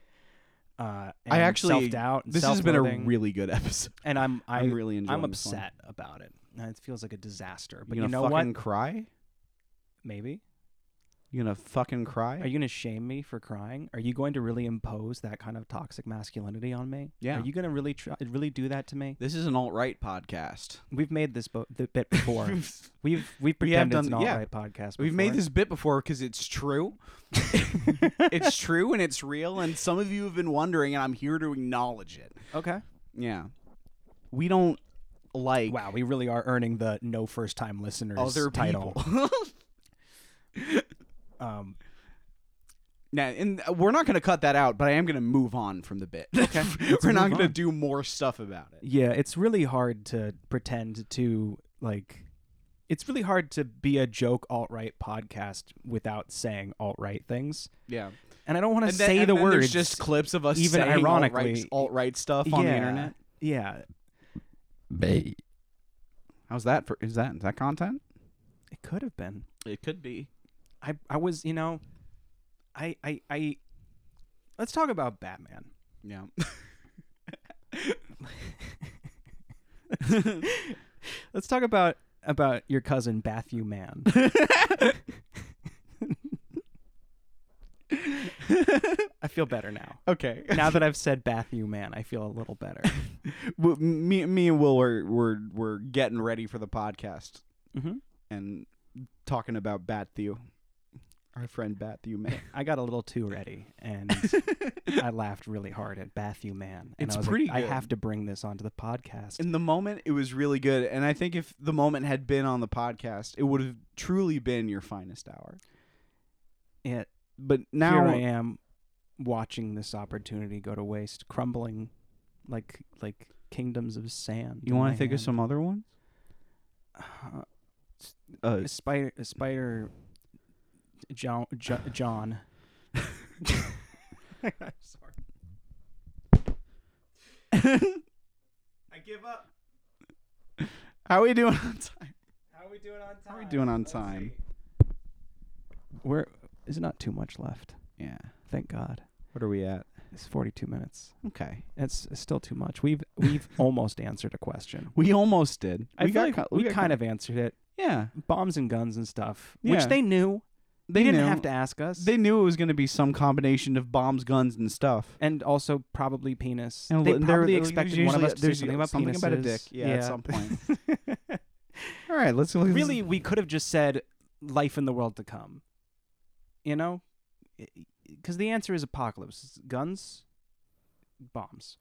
Speaker 1: uh, and
Speaker 2: I actually
Speaker 1: self doubt.
Speaker 2: This has been a really good episode.
Speaker 1: and I'm I,
Speaker 2: I'm really enjoying.
Speaker 1: I'm
Speaker 2: this one.
Speaker 1: upset about it. And It feels like a disaster. But
Speaker 2: you
Speaker 1: you
Speaker 2: gonna
Speaker 1: know
Speaker 2: fucking
Speaker 1: what?
Speaker 2: cry?
Speaker 1: Maybe
Speaker 2: You gonna fucking cry?
Speaker 1: are you going to shame me for crying? Are you going to really impose that kind of toxic masculinity on me?
Speaker 2: Yeah.
Speaker 1: Are you going to really try really do that to me?
Speaker 2: this is an alt right podcast.
Speaker 1: We've made this bo- the bit before. we've we've
Speaker 2: We have
Speaker 1: pretended it's
Speaker 2: done-
Speaker 1: not
Speaker 2: yeah.
Speaker 1: right podcast.
Speaker 2: We've made
Speaker 1: before.
Speaker 2: this bit before because it's true. it's true and it's real, and some of you have been wondering, and I'm here to acknowledge it.
Speaker 1: okay.
Speaker 2: Yeah, we don't like
Speaker 1: Wow, we really are earning the no first time listeners
Speaker 2: other
Speaker 1: title.
Speaker 2: people.
Speaker 1: Um,
Speaker 2: Nah, and uh, we're not going to cut that out, but I am going to move on from the bit. Okay. we're not
Speaker 1: move
Speaker 2: going to
Speaker 1: on.
Speaker 2: do more stuff about it.
Speaker 1: yeah, it's really hard to pretend to like. It's really hard to be a joke alt right podcast without saying alt right things,
Speaker 2: Yeah.
Speaker 1: and I don't want to
Speaker 2: And then,
Speaker 1: say
Speaker 2: and
Speaker 1: the
Speaker 2: then
Speaker 1: words.
Speaker 2: There's just clips of us
Speaker 1: even
Speaker 2: saying
Speaker 1: ironically-
Speaker 2: alt right stuff on the
Speaker 1: Yeah,
Speaker 2: internet.
Speaker 1: Yeah,
Speaker 2: How's that for? Is that is that content?
Speaker 1: it could have been.
Speaker 2: It could be.
Speaker 1: I I was you know, I I I. Let's talk about Batman.
Speaker 2: Yeah.
Speaker 1: Let's talk about about your cousin Bathu Man. I feel better now.
Speaker 2: Okay.
Speaker 1: Now that I've said Bathu Man, I feel a little better.
Speaker 2: W- me, me and Will were were were getting ready for the podcast
Speaker 1: Mhm.
Speaker 2: and talking about Bat Thew, our friend Bat Thew man.
Speaker 1: I got a little too ready, and I laughed really hard at Bathu Man. And
Speaker 2: It's
Speaker 1: I was
Speaker 2: pretty
Speaker 1: like,
Speaker 2: good.
Speaker 1: I have to bring this onto the podcast.
Speaker 2: in the moment it was really good and i think if the moment had been on the podcast it would have truly been your finest hour
Speaker 1: It-
Speaker 2: but
Speaker 1: Here I
Speaker 2: now
Speaker 1: am, watching this opportunity go to waste, crumbling, like like kingdoms of sand.
Speaker 2: you
Speaker 1: want
Speaker 2: want to think of some other ones
Speaker 1: Oh,
Speaker 2: uh,
Speaker 1: a spider a spider john Jo- john
Speaker 3: I give up.
Speaker 2: how are we doing on time
Speaker 3: How are we doing on time?
Speaker 2: how are we doing on time
Speaker 1: where is not too much left
Speaker 2: yeah
Speaker 1: thank god
Speaker 2: what are we at
Speaker 1: it's 42 minutes
Speaker 2: okay
Speaker 1: it's, it's still too much we've we've almost answered a question
Speaker 2: we almost did
Speaker 1: I
Speaker 2: we
Speaker 1: feel
Speaker 2: got
Speaker 1: like
Speaker 2: cut-
Speaker 1: we,
Speaker 2: got
Speaker 1: kind
Speaker 2: cut-
Speaker 1: of answered it
Speaker 2: yeah
Speaker 1: bombs and guns and stuff which
Speaker 2: Yeah.
Speaker 1: they knew
Speaker 2: they,
Speaker 1: didn't
Speaker 2: knew.
Speaker 1: have to ask us
Speaker 2: they knew it was going to be some combination of bombs guns and stuff
Speaker 1: and also probably penis
Speaker 2: and
Speaker 1: they
Speaker 2: li- there-
Speaker 1: probably
Speaker 2: there
Speaker 1: expected
Speaker 2: usually,
Speaker 1: one of us to say
Speaker 2: there's
Speaker 1: something about
Speaker 2: something about a
Speaker 1: penises.
Speaker 2: dick yeah, at some point all right let's let's-
Speaker 1: really we could have just said life in the world to come you know because the answer is apocalypse It's guns bombs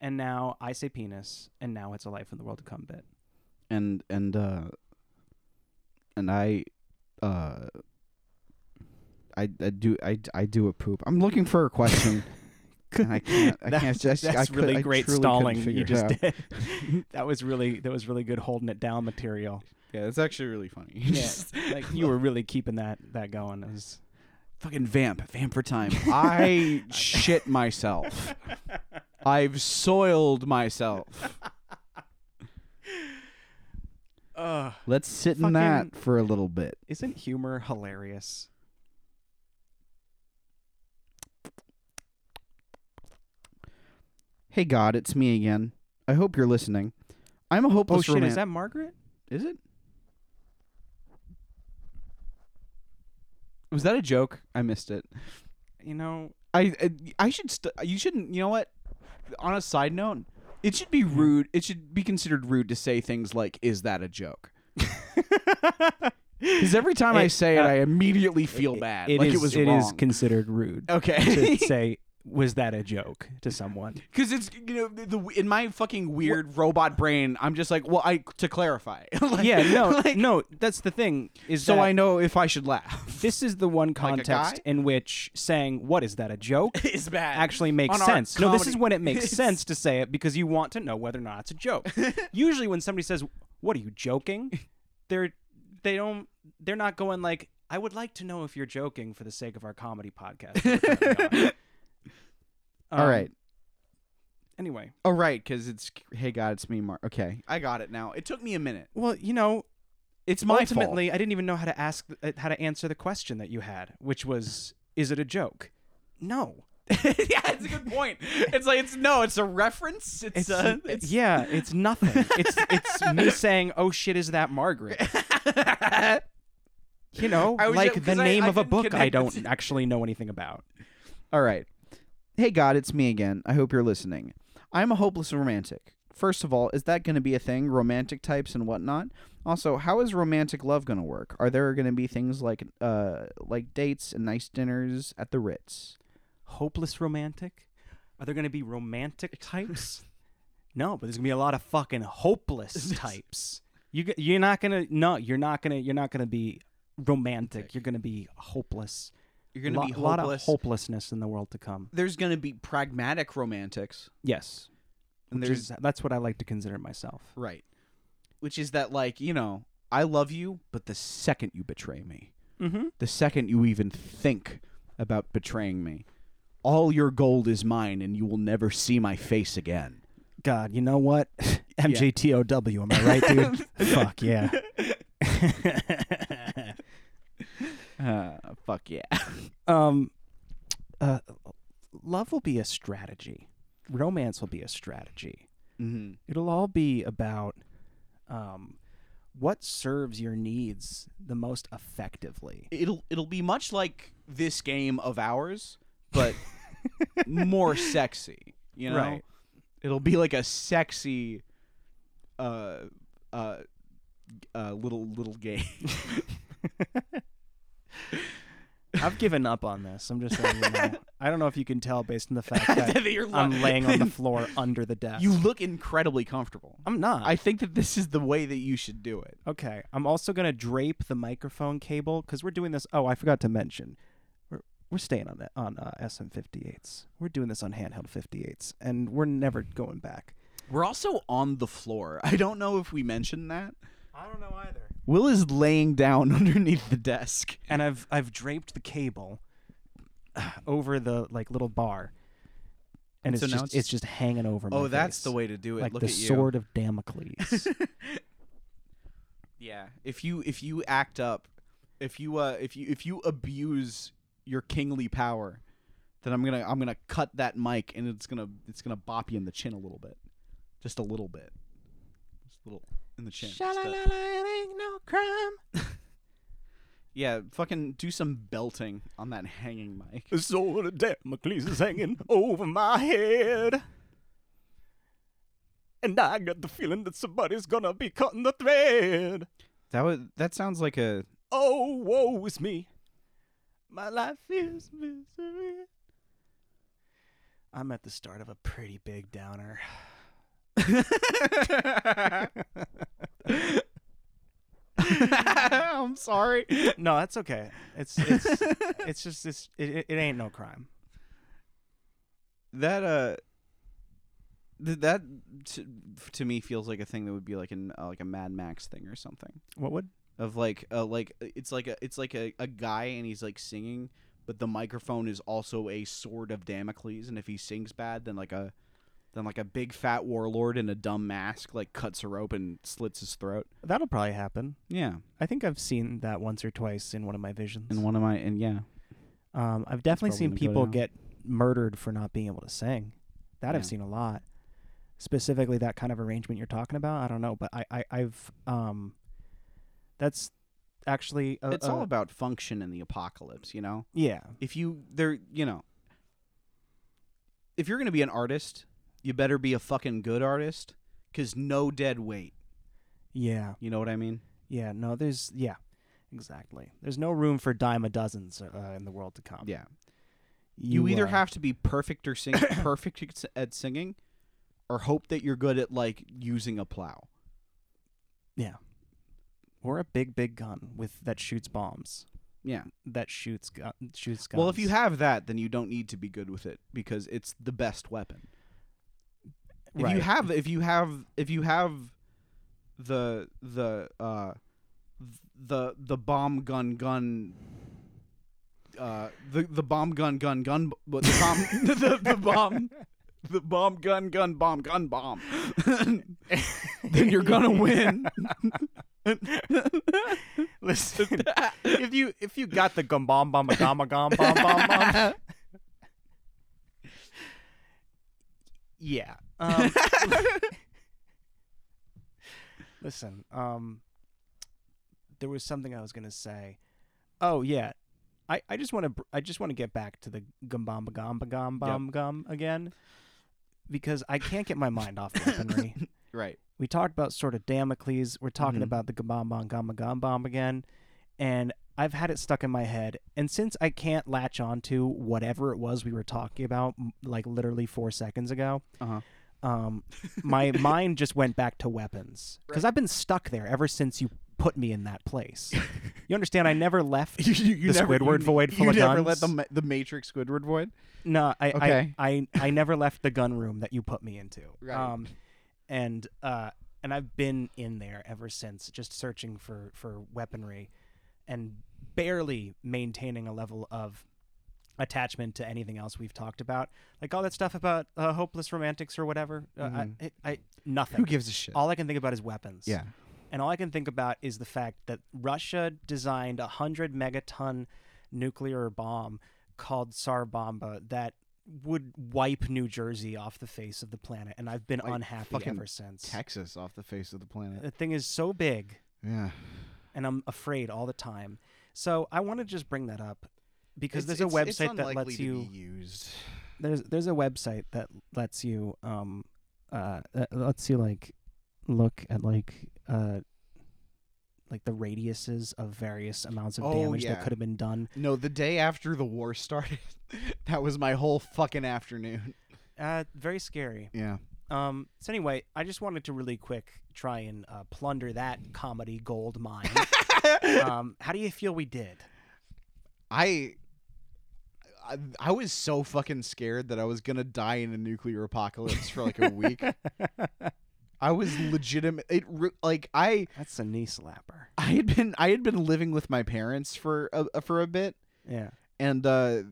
Speaker 1: and now i say penis and now it's a life in the world to come bit
Speaker 2: and and uh and i uh I, I do I, I do a poop. I'm looking for a question. and I can't. I can't just. I
Speaker 1: that's
Speaker 2: could,
Speaker 1: really
Speaker 2: I
Speaker 1: great
Speaker 2: truly couldn't
Speaker 1: stalling
Speaker 2: figure
Speaker 1: you
Speaker 2: it
Speaker 1: just
Speaker 2: out.
Speaker 1: did that was really that was really good holding it down material
Speaker 2: Yeah, that's actually really funny.
Speaker 1: yeah like you were really keeping that that going it was
Speaker 2: fucking vamp, vamp for time. I shit myself. I've soiled myself.
Speaker 3: Uh,
Speaker 2: Let's sit in
Speaker 1: Fucking-
Speaker 2: that for a little bit.
Speaker 1: isn't humor hilarious
Speaker 2: Hey God, it's me again. I hope you're listening. I'm a hopeless
Speaker 1: oh shit
Speaker 2: romantic.
Speaker 1: is that margaret
Speaker 2: Is it? Was that a joke? I missed it.
Speaker 1: you know
Speaker 2: I I, I should. St- you shouldn't. You know what? On a side note, it should be rude. It should be considered rude to say things like, "Is that a joke?" Because every time I
Speaker 1: It-
Speaker 2: say it,
Speaker 1: uh,
Speaker 2: I immediately feel bad. like it was
Speaker 1: it
Speaker 2: wrong.
Speaker 1: is considered rude
Speaker 2: okay.
Speaker 1: to say was that a joke to someone
Speaker 2: Because it's you know the, the in my fucking weird robot brain, I'm just like, well, I to clarify. Like-
Speaker 1: yeah no
Speaker 2: like,
Speaker 1: no that's the thing is
Speaker 2: so
Speaker 1: that
Speaker 2: I know if I should laugh.
Speaker 1: this is the one
Speaker 2: Like a
Speaker 1: context
Speaker 2: guy?
Speaker 1: in which saying what is that a joke
Speaker 2: is bad.
Speaker 1: actually makes
Speaker 2: On our
Speaker 1: sense no this is
Speaker 2: comedy-
Speaker 1: when it makes
Speaker 2: It's-
Speaker 1: sense to say it because you want to know whether or not it's a joke usually when somebody says what are you joking they're they don't they're not going like, I would like to know if you're joking for the sake of our comedy podcast. that we're currently on."
Speaker 2: All
Speaker 1: Um,
Speaker 2: right.
Speaker 1: Anyway,
Speaker 2: Oh right, because it's hey God, it's me, Mark. Okay, I got it now. It took me a minute.
Speaker 1: well, you know,
Speaker 2: It's my
Speaker 1: ultimately, I didn't even know how to ask, uh, how to answer the question that you had, which was, is it a joke? No.
Speaker 4: yeah, it's a good point. It's like it's no, it's a reference. It's,
Speaker 1: It's,
Speaker 4: uh, it's
Speaker 1: yeah, it's nothing. it's it's me saying, "Oh shit, is that Margaret?" You know,
Speaker 4: I was
Speaker 1: like
Speaker 4: ju-
Speaker 1: the
Speaker 4: 'cause I-
Speaker 1: name
Speaker 4: I
Speaker 1: of a
Speaker 4: couldn't
Speaker 1: book I
Speaker 4: connect.
Speaker 1: don't actually know anything about.
Speaker 2: fault. All right. Hey God, it's me again. I hope you're listening. I'm a hopeless romantic. First of all, is that going to be a thing? Romantic types and whatnot. Also, how is romantic love going to work? Are there going to be things like uh like dates and nice dinners at the Ritz?
Speaker 1: hopeless romantic? Are there going to be romantic types? no, but there's going to be a lot of fucking hopeless types. You g- you're not going to no, you're not going to you're not going to be romantic. You're going to be hopeless.
Speaker 2: You're
Speaker 1: Lo- A lot of hopelessness in the world to come.
Speaker 2: There's going to be pragmatic romantics.
Speaker 1: Yes.
Speaker 2: And
Speaker 1: Which
Speaker 2: there's
Speaker 1: is- that's what I like to consider myself.
Speaker 2: Right. Which is that like, you know, I love you, but the second you betray me,
Speaker 1: Mm-hmm.
Speaker 2: the second you even think about betraying me, all your gold is mine and you will never see my face again.
Speaker 1: God, you know what? MJTOW, am I right, dude? Fuck yeah.
Speaker 2: Uh, fuck yeah.
Speaker 1: um, uh, love will be a strategy. Romance will be a strategy.
Speaker 2: mm-hmm.
Speaker 1: It'll all be about um, what serves your needs the most effectively.
Speaker 2: It'll it'll be much like this game of ours, but more sexy, you know?
Speaker 1: Right.
Speaker 2: It'll be like a sexy uh uh uh little little game.
Speaker 1: I've given up on this. I'm just letting you know. I don't know if you can tell based on the fact that
Speaker 2: you're
Speaker 1: I'm laying on the floor under the desk.
Speaker 2: You look incredibly comfortable.
Speaker 1: I'm not.
Speaker 2: I think that this is the way that you should do it.
Speaker 1: okay. I'm also gonna drape the microphone cable because we're doing this. Oh, I forgot to mention. We're we're staying on the, on uh, SM58s. We're doing this on handheld 58s, and we're never going back.
Speaker 2: We're also on the floor. I don't know if we mentioned that.
Speaker 1: I don't know either.
Speaker 2: Will is laying down underneath the desk.
Speaker 1: and I've I've draped the cable over the like little bar, and it's
Speaker 2: So now
Speaker 1: just it's,
Speaker 2: it's-
Speaker 1: just hanging over. my
Speaker 2: Oh, that's
Speaker 1: face.
Speaker 2: the way to do it.
Speaker 1: Like
Speaker 2: Look
Speaker 1: the
Speaker 2: at you.
Speaker 1: sword of Damocles.
Speaker 2: Yeah. If you if you act up, if you uh if you if you abuse your kingly power, then I'm gonna I'm gonna cut that mic and it's gonna it's gonna bop you in the chin a little bit, just a little bit, just a little in the chin. Just a-
Speaker 1: no crime.
Speaker 2: Yeah, fucking do some belting on that hanging mic.
Speaker 1: The sword of Damocles is hanging over my head. And I got the feeling that somebody's gonna be cutting the thread.
Speaker 2: That was that sounds like a
Speaker 1: Oh, woe is me. My life is misery. I'm at the start of a pretty big downer.
Speaker 2: I'm sorry.
Speaker 1: No, that's okay. It's it's it's just it's it, it, it ain't no crime.
Speaker 2: That uh th- that to, to me feels like a thing that would be like an uh, like a Mad Max thing or something.
Speaker 1: What would?
Speaker 2: Of like uh, like it's like a it's like a, a guy and he's like singing but the microphone is also a sword of Damocles and if he sings bad then like a then like a big fat warlord in a dumb mask like cuts a rope and slits his throat.
Speaker 1: That'll probably happen.
Speaker 2: Yeah.
Speaker 1: I think I've seen that once or twice in one of my visions.
Speaker 2: And one of my and yeah.
Speaker 1: um, I've definitely
Speaker 2: probably
Speaker 1: seen
Speaker 2: gonna go
Speaker 1: people
Speaker 2: down.
Speaker 1: get murdered for not being able to sing. That I've
Speaker 2: Yeah.
Speaker 1: seen a lot. Specifically, that kind of arrangement you're talking about. I don't know, but I, I I've um, that's actually a,
Speaker 2: it's
Speaker 1: a-
Speaker 2: all about function in the apocalypse, you know.
Speaker 1: yeah.
Speaker 2: If you there, you know, if you're going to be an artist, you better be a fucking good artist cuz no dead weight.
Speaker 1: Yeah.
Speaker 2: You know what I mean?
Speaker 1: Yeah. No, there's yeah, exactly. There's no room for dime a dozens uh, in the world to come.
Speaker 2: Yeah. You, either
Speaker 1: uh,
Speaker 2: have to be perfect or sing perfect at s- at singing or hope that you're good at like using a plow.
Speaker 1: or a big big gun with that shoots bombs
Speaker 2: Yeah.
Speaker 1: that shoots gun shoots guns.
Speaker 2: Well, if you have that, then you don't need to be good with it because it's the best weapon. If
Speaker 1: Right.
Speaker 2: you have if you have if you have the the uh the the bomb gun gun uh the the bomb gun gun gun but the bomb the, the, the bomb the bomb gun gun bomb gun bomb then you're gonna win
Speaker 1: Listen, if you if you got the gum bomb bomb gum bomb bomb bomb bomb, yeah. Um, listen, um, there was something I was gonna say. Oh yeah, I, I just want to I just want to get back to the gum bomb gum gum bomb gum again because I can't get my mind off weaponry.
Speaker 2: right
Speaker 1: We talked about sort of Damocles. We're talking
Speaker 2: Mhm.
Speaker 1: about the Gabam Bomb Gamma Gum Bomb again. And I've had it stuck in my head. And since I can't latch on to whatever it was we were talking about, m- like literally four seconds ago,
Speaker 2: uh-huh
Speaker 1: um, my mind just went back to weapons. Because I've been stuck there ever since you put me in that place. You understand? I never left.
Speaker 2: you, you,
Speaker 1: The Squidward void full
Speaker 2: you
Speaker 1: of
Speaker 2: never let
Speaker 1: guns?
Speaker 2: the, ma- the matrix squidward void
Speaker 1: No, I,
Speaker 2: Okay.
Speaker 1: I, I, I never left the gun room that you put me into.
Speaker 2: Right.
Speaker 1: Um, and uh, and I've been in there ever since, just searching for for weaponry, and barely maintaining a level of attachment to anything else we've talked about, like all that stuff about uh, hopeless romantics or whatever. Uh, I, it- I nothing.
Speaker 2: Mm-hmm. who gives a shit
Speaker 1: All I can think about is weapons.
Speaker 2: yeah
Speaker 1: And all I can think about is the fact that Russia designed a 100 megaton nuclear bomb called Tsar Bomba that would wipe New Jersey off the face of the planet. And I've been
Speaker 2: Like,
Speaker 1: unhappy
Speaker 2: fucking
Speaker 1: ever since.
Speaker 2: texas off the face of the planet
Speaker 1: the thing is so big,
Speaker 2: yeah
Speaker 1: and I'm afraid all the time. So I want to just bring that up because
Speaker 2: It's-
Speaker 1: there's a
Speaker 2: it's- it's
Speaker 1: website that
Speaker 2: unlikely
Speaker 1: lets
Speaker 2: to be
Speaker 1: you
Speaker 2: used
Speaker 1: there's there's a website that lets you um uh uh, lets you like look at like uh like the radiuses of various amounts of
Speaker 2: Oh,
Speaker 1: damage
Speaker 2: yeah.
Speaker 1: that could have been done.
Speaker 2: No, the day after the war started, that was my whole fucking afternoon.
Speaker 1: Uh, very scary.
Speaker 2: Yeah.
Speaker 1: Um, so anyway, I just wanted to really quick try and uh, plunder that comedy gold mine. um, how do you feel we did?
Speaker 2: I, I I was so fucking scared that I was going to die in a nuclear apocalypse for like a week. I was legitimate it re- like I
Speaker 1: That's a knee slapper.
Speaker 2: I had been I had been living with my parents for a, for a bit
Speaker 1: Yeah.
Speaker 2: and uh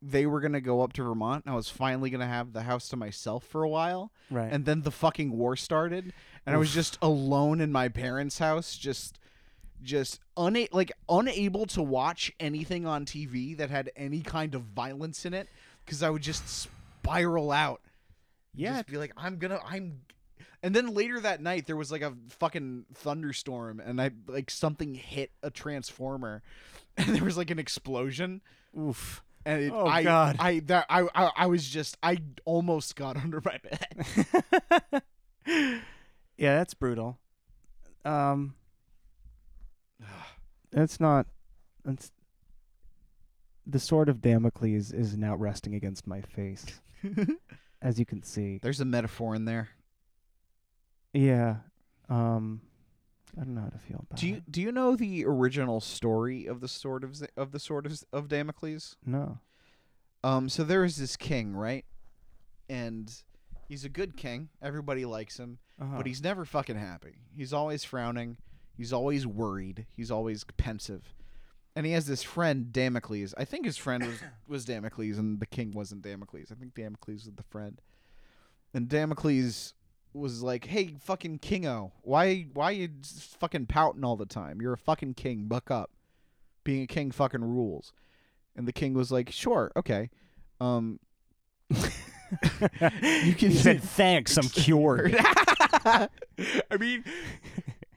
Speaker 2: they were going to go up to Vermont and I was finally going to have the house to myself for a while.
Speaker 1: Right.
Speaker 2: and then the fucking war started and i was just alone in my parents house just just una- like unable to watch anything on tv that had any kind of violence in it because i would just spiral out and
Speaker 1: yeah.
Speaker 2: just be like i'm gonna i'm and then later that night there was like a fucking thunderstorm and i like something hit a transformer and there was like an explosion
Speaker 1: Oof.
Speaker 2: and it,
Speaker 1: Oh,
Speaker 2: I,
Speaker 1: God.
Speaker 2: I, that, I, I, I was just, I almost got under my bed.
Speaker 1: yeah, that's brutal. Um, that's not. That's the sword of Damocles is now resting against my face, as you can see.
Speaker 2: There's a metaphor in there.
Speaker 1: Yeah. Um, I don't know how to feel about
Speaker 2: Do you
Speaker 1: it.
Speaker 2: do you know the original story of the sword of Z- of the sword of, Z- of Damocles?
Speaker 1: No.
Speaker 2: Um, so there is this king, right? And he's a good king. Everybody likes him,
Speaker 1: Uh-huh.
Speaker 2: but he's never fucking happy. He's always frowning. He's always worried. He's always pensive. And he has this friend, Damocles. I think his friend was was Damocles, and the king wasn't Damocles. I think Damocles was the friend. And Damocles was like, "Hey, fucking Kingo, why why you s- fucking pouting all the time? You're a fucking king. Buck up. Being a king fucking rules." And the king was like, "Sure, okay. Um, you can
Speaker 1: he said, "Thanks, I'm cured."
Speaker 2: I mean,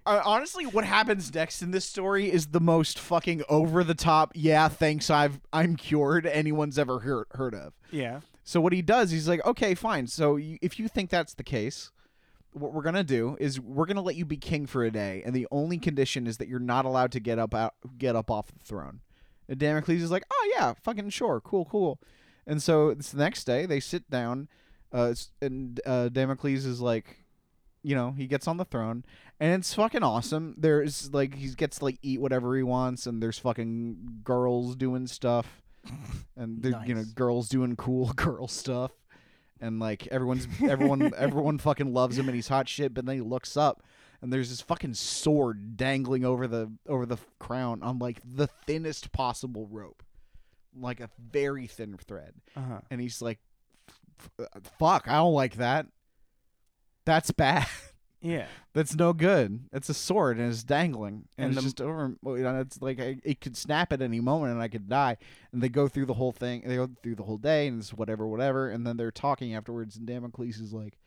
Speaker 2: uh, honestly, what happens next in this story is the most fucking over the top. Yeah, thanks. I've I'm cured. Anyone's ever heard heard of.
Speaker 1: yeah.
Speaker 2: So what he does, he's like, okay, fine. So you, if you think that's the case, what we're gonna do is we're gonna let you be king for a day, and the only condition is that you're not allowed to get up out, get up off the throne. And Damocles is like, oh yeah, fucking sure, cool, cool. And so it's the next day they sit down, uh, s- and uh, Damocles is like, you know, he gets on the throne, and it's fucking awesome. There's like he gets to, like eat whatever he wants, and there's fucking girls doing stuff, and they're you know
Speaker 1: Nice.
Speaker 2: girls doing cool girl stuff, and like everyone's everyone everyone fucking loves him, and he's hot shit. But then he looks up, and there's this fucking sword dangling over the over the crown on like the thinnest possible rope, like a very thin thread.
Speaker 5: Uh-huh.
Speaker 2: And he's like, "F- f- "Fuck, I don't like that. That's bad.
Speaker 5: Yeah.
Speaker 2: That's no good. It's a sword and it's dangling and,
Speaker 5: And
Speaker 2: it's
Speaker 5: the-
Speaker 2: just over. well, You know, it's like I, it could snap at any moment and I could die. And they go through the whole thing. They go through the whole day and it's whatever, whatever. And then they're talking afterwards, and Damocles is like,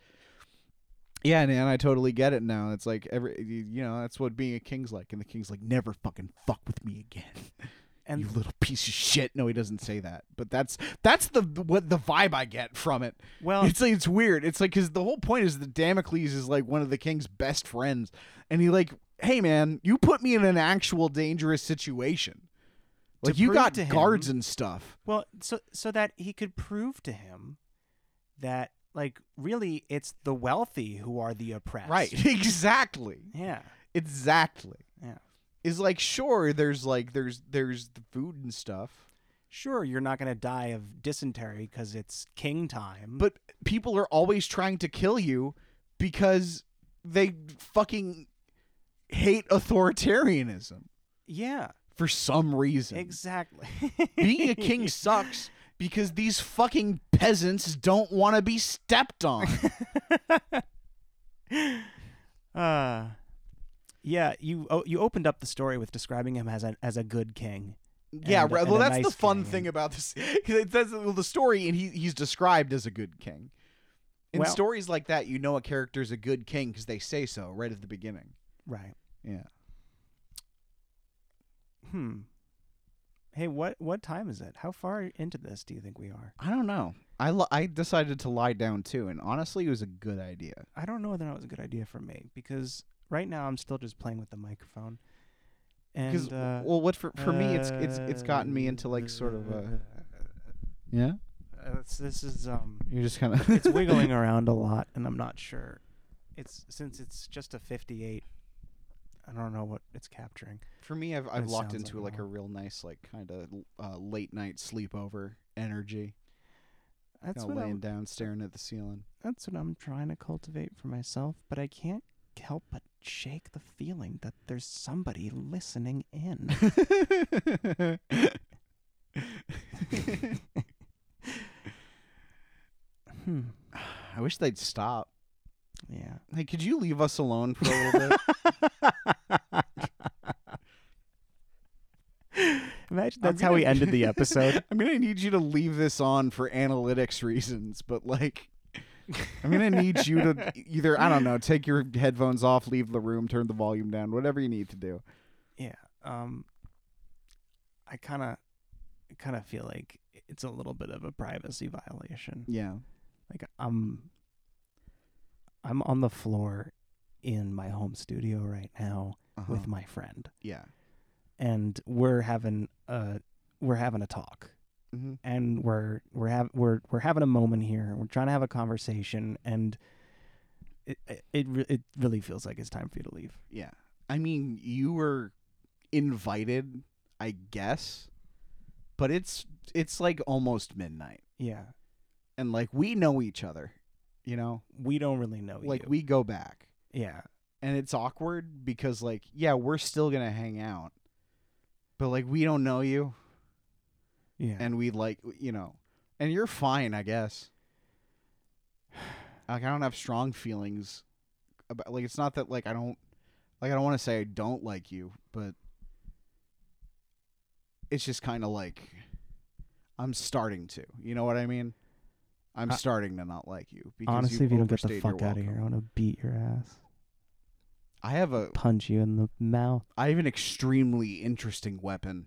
Speaker 2: "Yeah, man, I totally get it now. It's like every, you you know, that's what being a king's like." And the king's like, "Never fucking fuck with me again,
Speaker 1: And-
Speaker 2: you little piece of shit." No, he doesn't say that, but that's that's the what the vibe I get from it.
Speaker 1: Well-
Speaker 2: it's like it's weird. It's like because the whole point is that Damocles is like one of the king's best friends, and he like, hey man, you put me in an actual dangerous situation. Like you
Speaker 1: prove
Speaker 2: got
Speaker 1: to him-
Speaker 2: guards and stuff.
Speaker 1: Well, so so that he could prove to him that like really it's the wealthy who are the oppressed.
Speaker 2: Right. exactly.
Speaker 1: Yeah.
Speaker 2: Exactly.
Speaker 1: Yeah.
Speaker 2: Is like sure there's like there's there's the food and stuff,
Speaker 1: Sure, you're not going to die of dysentery cuz it's king time.
Speaker 2: but people are always trying to kill you because they fucking hate authoritarianism
Speaker 1: yeah,
Speaker 2: for some reason.
Speaker 1: exactly.
Speaker 2: being a king sucks because these fucking peasants don't want to be stepped on.
Speaker 1: uh yeah, you oh, you opened up the story with describing him as a as a good king.
Speaker 2: yeah,
Speaker 1: And-
Speaker 2: right.
Speaker 1: and
Speaker 2: well,
Speaker 1: a
Speaker 2: that's the
Speaker 1: nice
Speaker 2: fun
Speaker 1: king.
Speaker 2: thing about this. 'cause it says well, the story, and he he's described as a good king. In
Speaker 1: Well-
Speaker 2: stories like that, you know a character's a good king because they say so right at the beginning.
Speaker 1: Right.
Speaker 2: Yeah.
Speaker 1: Hmm. Hey, what what time is it? How far into this do you think we are?
Speaker 2: I don't know. I li- I decided to lie down too, and honestly, it was a good idea.
Speaker 1: I don't know whether that was a good idea for me because right now I'm still just playing with the microphone.
Speaker 2: Because
Speaker 1: And uh,
Speaker 2: well, what for for me, it's it's it's gotten me into like sort of a yeah.
Speaker 1: uh, it's- this is um,
Speaker 2: You're just kind of
Speaker 1: it's wiggling around a lot, and I'm not sure. It's since it's just a 58. I don't know what it's capturing.
Speaker 2: For me, I've I've
Speaker 1: That
Speaker 2: locked
Speaker 1: sounds
Speaker 2: into
Speaker 1: like
Speaker 2: like
Speaker 1: a
Speaker 2: a real nice like kind of uh, late night sleepover energy.
Speaker 1: That's
Speaker 2: Kinda
Speaker 1: what
Speaker 2: laying
Speaker 1: I'm,
Speaker 2: down, staring at the ceiling.
Speaker 1: that's what I'm trying to cultivate for myself, but I can't help but shake the feeling that there's somebody listening in. hmm.
Speaker 2: I wish they'd stop.
Speaker 1: Yeah.
Speaker 2: Hey, could you leave us alone for a little bit?
Speaker 1: Imagine
Speaker 2: I'm
Speaker 1: that's how
Speaker 2: gonna-
Speaker 1: we ended the episode.
Speaker 2: I'm gonna need you to leave this on for analytics reasons, but like. I'm gonna need you to either I don't know take your headphones off, leave the room, turn the volume down, whatever you need to do.
Speaker 1: Yeah. Um I kind of kind of feel like it's a little bit of a privacy violation.
Speaker 2: Yeah,
Speaker 1: Like I'm I'm on the floor in my home studio right now
Speaker 2: uh-huh.
Speaker 1: with my friend
Speaker 2: yeah,
Speaker 1: and we're having a we're having a talk.
Speaker 2: Mhm.
Speaker 1: And we're we're have we're we're having a moment here. We're trying to have a conversation and it it it, re- it really feels like it's time for you to leave.
Speaker 2: Yeah. I mean, you were invited, I guess, but it's it's like almost midnight.
Speaker 1: Yeah.
Speaker 2: And like we know each other, you know?
Speaker 1: We don't really know
Speaker 2: Like
Speaker 1: Oh, you.
Speaker 2: we go back.
Speaker 1: yeah.
Speaker 2: And it's awkward because like yeah, we're still going to hang out. But like we don't know you
Speaker 1: Yeah.
Speaker 2: and we like, you know. And you're fine, I guess. Like I don't have strong feelings about like it's not that like I don't like I don't want to say I don't like you, but it's just kind of like I'm starting to. You know what I mean? I'm
Speaker 1: Uh,
Speaker 2: starting to not like you because
Speaker 1: Honestly,
Speaker 2: you've
Speaker 1: if you don't get the
Speaker 2: overstayed your
Speaker 1: fuck out of here, I
Speaker 2: welcome.
Speaker 1: want to beat your ass,
Speaker 2: I have a
Speaker 1: punch you in the mouth.
Speaker 2: I have an extremely interesting weapon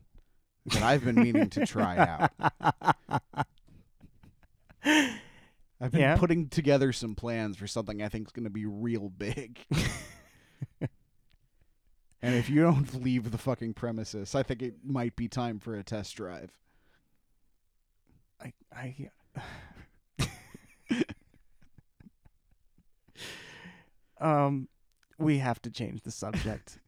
Speaker 2: that I've been meaning to try out. I've been
Speaker 1: Yeah.
Speaker 2: putting together some plans for something I think is going to be real big. and if you don't leave the fucking premises, I think it might be time for a test drive.
Speaker 1: I, I, um, we have to change the subject.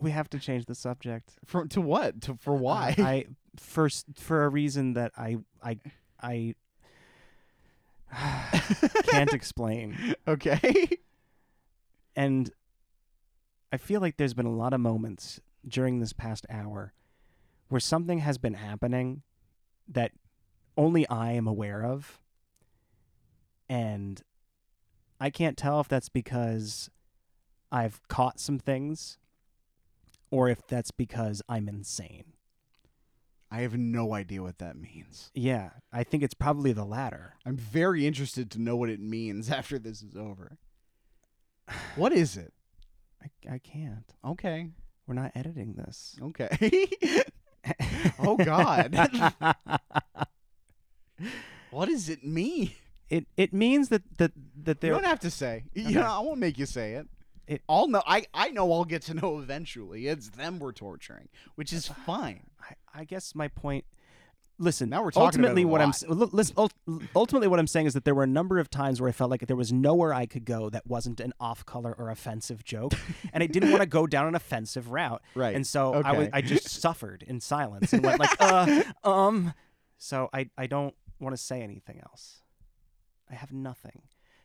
Speaker 1: we have to change the subject.
Speaker 2: For to what? To for why?
Speaker 1: Uh, I first for a reason that I I I can't explain,
Speaker 2: okay.
Speaker 1: and I feel like there's been a lot of moments during this past hour where something has been happening that only I am aware of. And I can't tell if that's because I've caught some things or if that's because I'm insane.
Speaker 2: I have no idea what that means.
Speaker 1: Yeah, I think it's probably the latter.
Speaker 2: I'm very interested to know what it means after this is over. What is it?
Speaker 1: I, I can't.
Speaker 2: Okay.
Speaker 1: We're not editing this.
Speaker 2: Okay. oh god. what does it mean?
Speaker 1: It it means that that that
Speaker 2: You
Speaker 1: there
Speaker 2: don't have to say. You know, I won't make you say it.
Speaker 1: It-
Speaker 2: I'll know I, I know I'll get to know eventually. It's them we're torturing, which is fine.
Speaker 1: I, I guess my point. Listen,
Speaker 2: Now we're talking about
Speaker 1: ultimately
Speaker 2: it a
Speaker 1: what I'm
Speaker 2: lot.
Speaker 1: s- l- listen, ul- ultimately what I'm saying is that there were a number of times where I felt like there was nowhere I could go that wasn't an off-color or offensive joke, and I didn't want to go down an offensive route.
Speaker 2: Right.
Speaker 1: And so I was
Speaker 2: Okay.
Speaker 1: I just suffered in silence and went like, uh, um. So I I don't want to say anything else. I have nothing.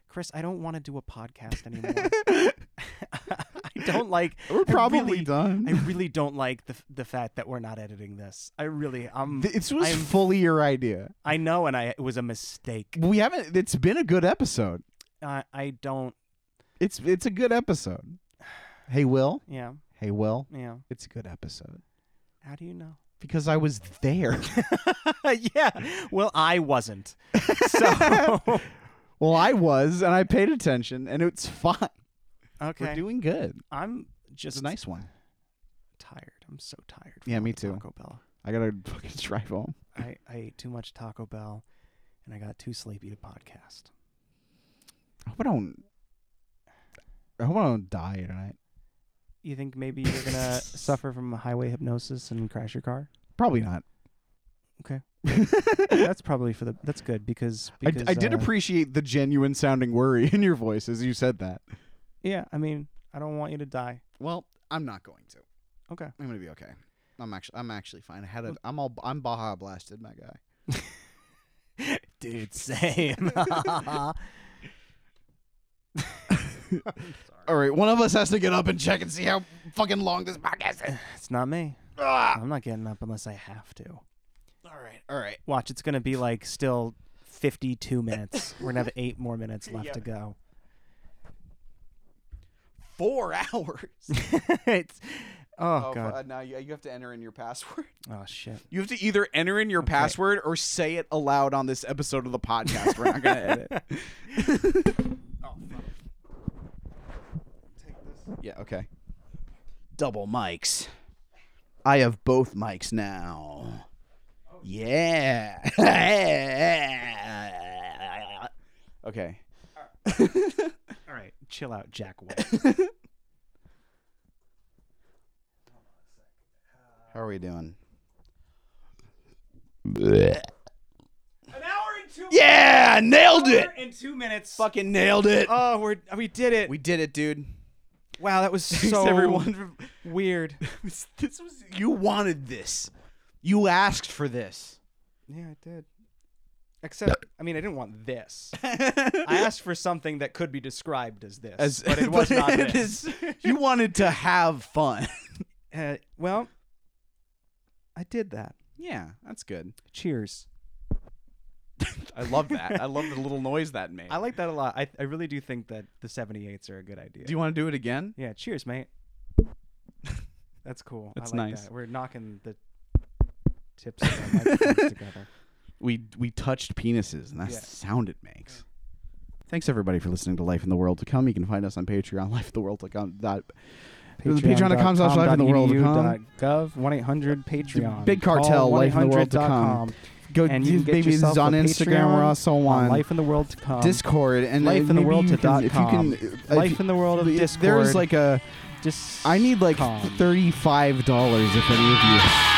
Speaker 1: Chris, I don't want to do a podcast anymore. I don't like.
Speaker 2: We're
Speaker 1: I really-
Speaker 2: done.
Speaker 1: I really don't like the the fact that we're not editing this. I really um
Speaker 2: this was
Speaker 1: I'm-
Speaker 2: fully your idea.
Speaker 1: I know and I it was a mistake.
Speaker 2: We haven't it's been a good episode.
Speaker 1: I I don't
Speaker 2: It's it's a good episode. Hey Will.
Speaker 1: yeah,
Speaker 2: Hey Will.
Speaker 1: yeah.
Speaker 2: It's a good episode.
Speaker 1: How do you know?
Speaker 2: Because I was there.
Speaker 1: yeah. Well, I wasn't. So
Speaker 2: well, I was and I paid attention and it's fine. We're
Speaker 1: okay.
Speaker 2: doing good.
Speaker 1: I'm
Speaker 2: It's
Speaker 1: just
Speaker 2: a nice one.
Speaker 1: tired. I'm so tired. from
Speaker 2: Yeah,
Speaker 1: all
Speaker 2: me
Speaker 1: the
Speaker 2: too.
Speaker 1: Taco Bell.
Speaker 2: I gotta fucking drive home.
Speaker 1: I I ate too much Taco Bell and I got too sleepy to podcast.
Speaker 2: I hope I don't I hope I don't die tonight.
Speaker 1: You think maybe you're going to suffer from highway hypnosis and crash your car?
Speaker 2: Probably not.
Speaker 1: That's probably for the that's good because,
Speaker 2: I,
Speaker 1: because
Speaker 2: I did
Speaker 1: uh,
Speaker 2: appreciate the genuine sounding worry in your voice as you said that.
Speaker 1: Yeah, I mean, I don't want you to die.
Speaker 2: Well, I'm not going to.
Speaker 1: Okay.
Speaker 2: I'm gonna be okay. I'm actually I'm actually fine. I had a I'm all I'm Baja blasted, my guy.
Speaker 1: Dude, same.
Speaker 2: All right, one of us has to get up and check and see how fucking long this podcast is.
Speaker 1: it's not me.
Speaker 2: Ah!
Speaker 1: I'm not getting up unless I have to.
Speaker 2: All right, all right.
Speaker 1: Watch, it's going to be like still 52 minutes. We're going to have eight more minutes left to go.
Speaker 2: Four hours. uh,
Speaker 1: it's, oh, God.
Speaker 2: now you, you have to enter in your password.
Speaker 1: oh, shit.
Speaker 2: You have to either enter in your password or say it aloud on this episode of the podcast. We're not gonna edit. oh, Take this. Yeah. Okay. Double mics. I have both mics now. Yeah. okay.
Speaker 1: All right. Chill out, Jack White.
Speaker 2: How are we doing?
Speaker 1: An hour and two,
Speaker 2: Yeah, nailed it.
Speaker 1: and two minutes.
Speaker 2: Fucking nailed it.
Speaker 1: Oh, we're, we did it.
Speaker 2: We did it, dude.
Speaker 1: wow, that was
Speaker 2: Thanks
Speaker 1: so
Speaker 2: everyone. for-
Speaker 1: weird.
Speaker 2: This this was you wanted this. You asked for this.
Speaker 1: Yeah, I did. Except, I mean, I didn't want this. I asked for something that could be described as this, but it was not
Speaker 2: it
Speaker 1: this.
Speaker 2: is- you wanted to have fun.
Speaker 1: Uh, well, I did that.
Speaker 2: Yeah, that's good.
Speaker 1: Cheers.
Speaker 2: I love that. I love the little noise that made.
Speaker 1: I like that a lot. I, I really do think that the 78s are a good idea.
Speaker 2: Do you want to do it again?
Speaker 1: yeah, cheers, mate. That's cool.
Speaker 2: That's
Speaker 1: I like
Speaker 2: nice.
Speaker 1: That. We're knocking the tips of our microphones together.
Speaker 2: We we touched penises, and that's
Speaker 1: Yeah.
Speaker 2: the sound it makes. Thanks everybody for listening to Life in the World to Come. You can find us on Patreon, lifeintheworld.com. Dot, patreon.com slash life in the world.
Speaker 1: E
Speaker 6: dot gov one eight hundred Patreon.
Speaker 2: Big cartel,
Speaker 6: Call
Speaker 2: life in the world to
Speaker 6: 1-800-com.
Speaker 2: Go
Speaker 6: And you can get
Speaker 2: baby, this
Speaker 6: yourself
Speaker 2: is on
Speaker 6: a
Speaker 2: Instagram. We're
Speaker 6: Patreon
Speaker 2: also
Speaker 6: on
Speaker 2: on um,
Speaker 6: life in the world to come.
Speaker 2: Discord and
Speaker 6: Life
Speaker 2: and
Speaker 6: in the
Speaker 2: maybe
Speaker 6: world
Speaker 2: you
Speaker 6: to
Speaker 2: can-
Speaker 6: dot
Speaker 2: if
Speaker 6: com.
Speaker 2: you can, uh,
Speaker 6: life in the world of
Speaker 2: if
Speaker 6: Discord.
Speaker 2: There's like a
Speaker 6: Dis-
Speaker 2: I need like
Speaker 6: com.
Speaker 2: thirty five dollars if any of you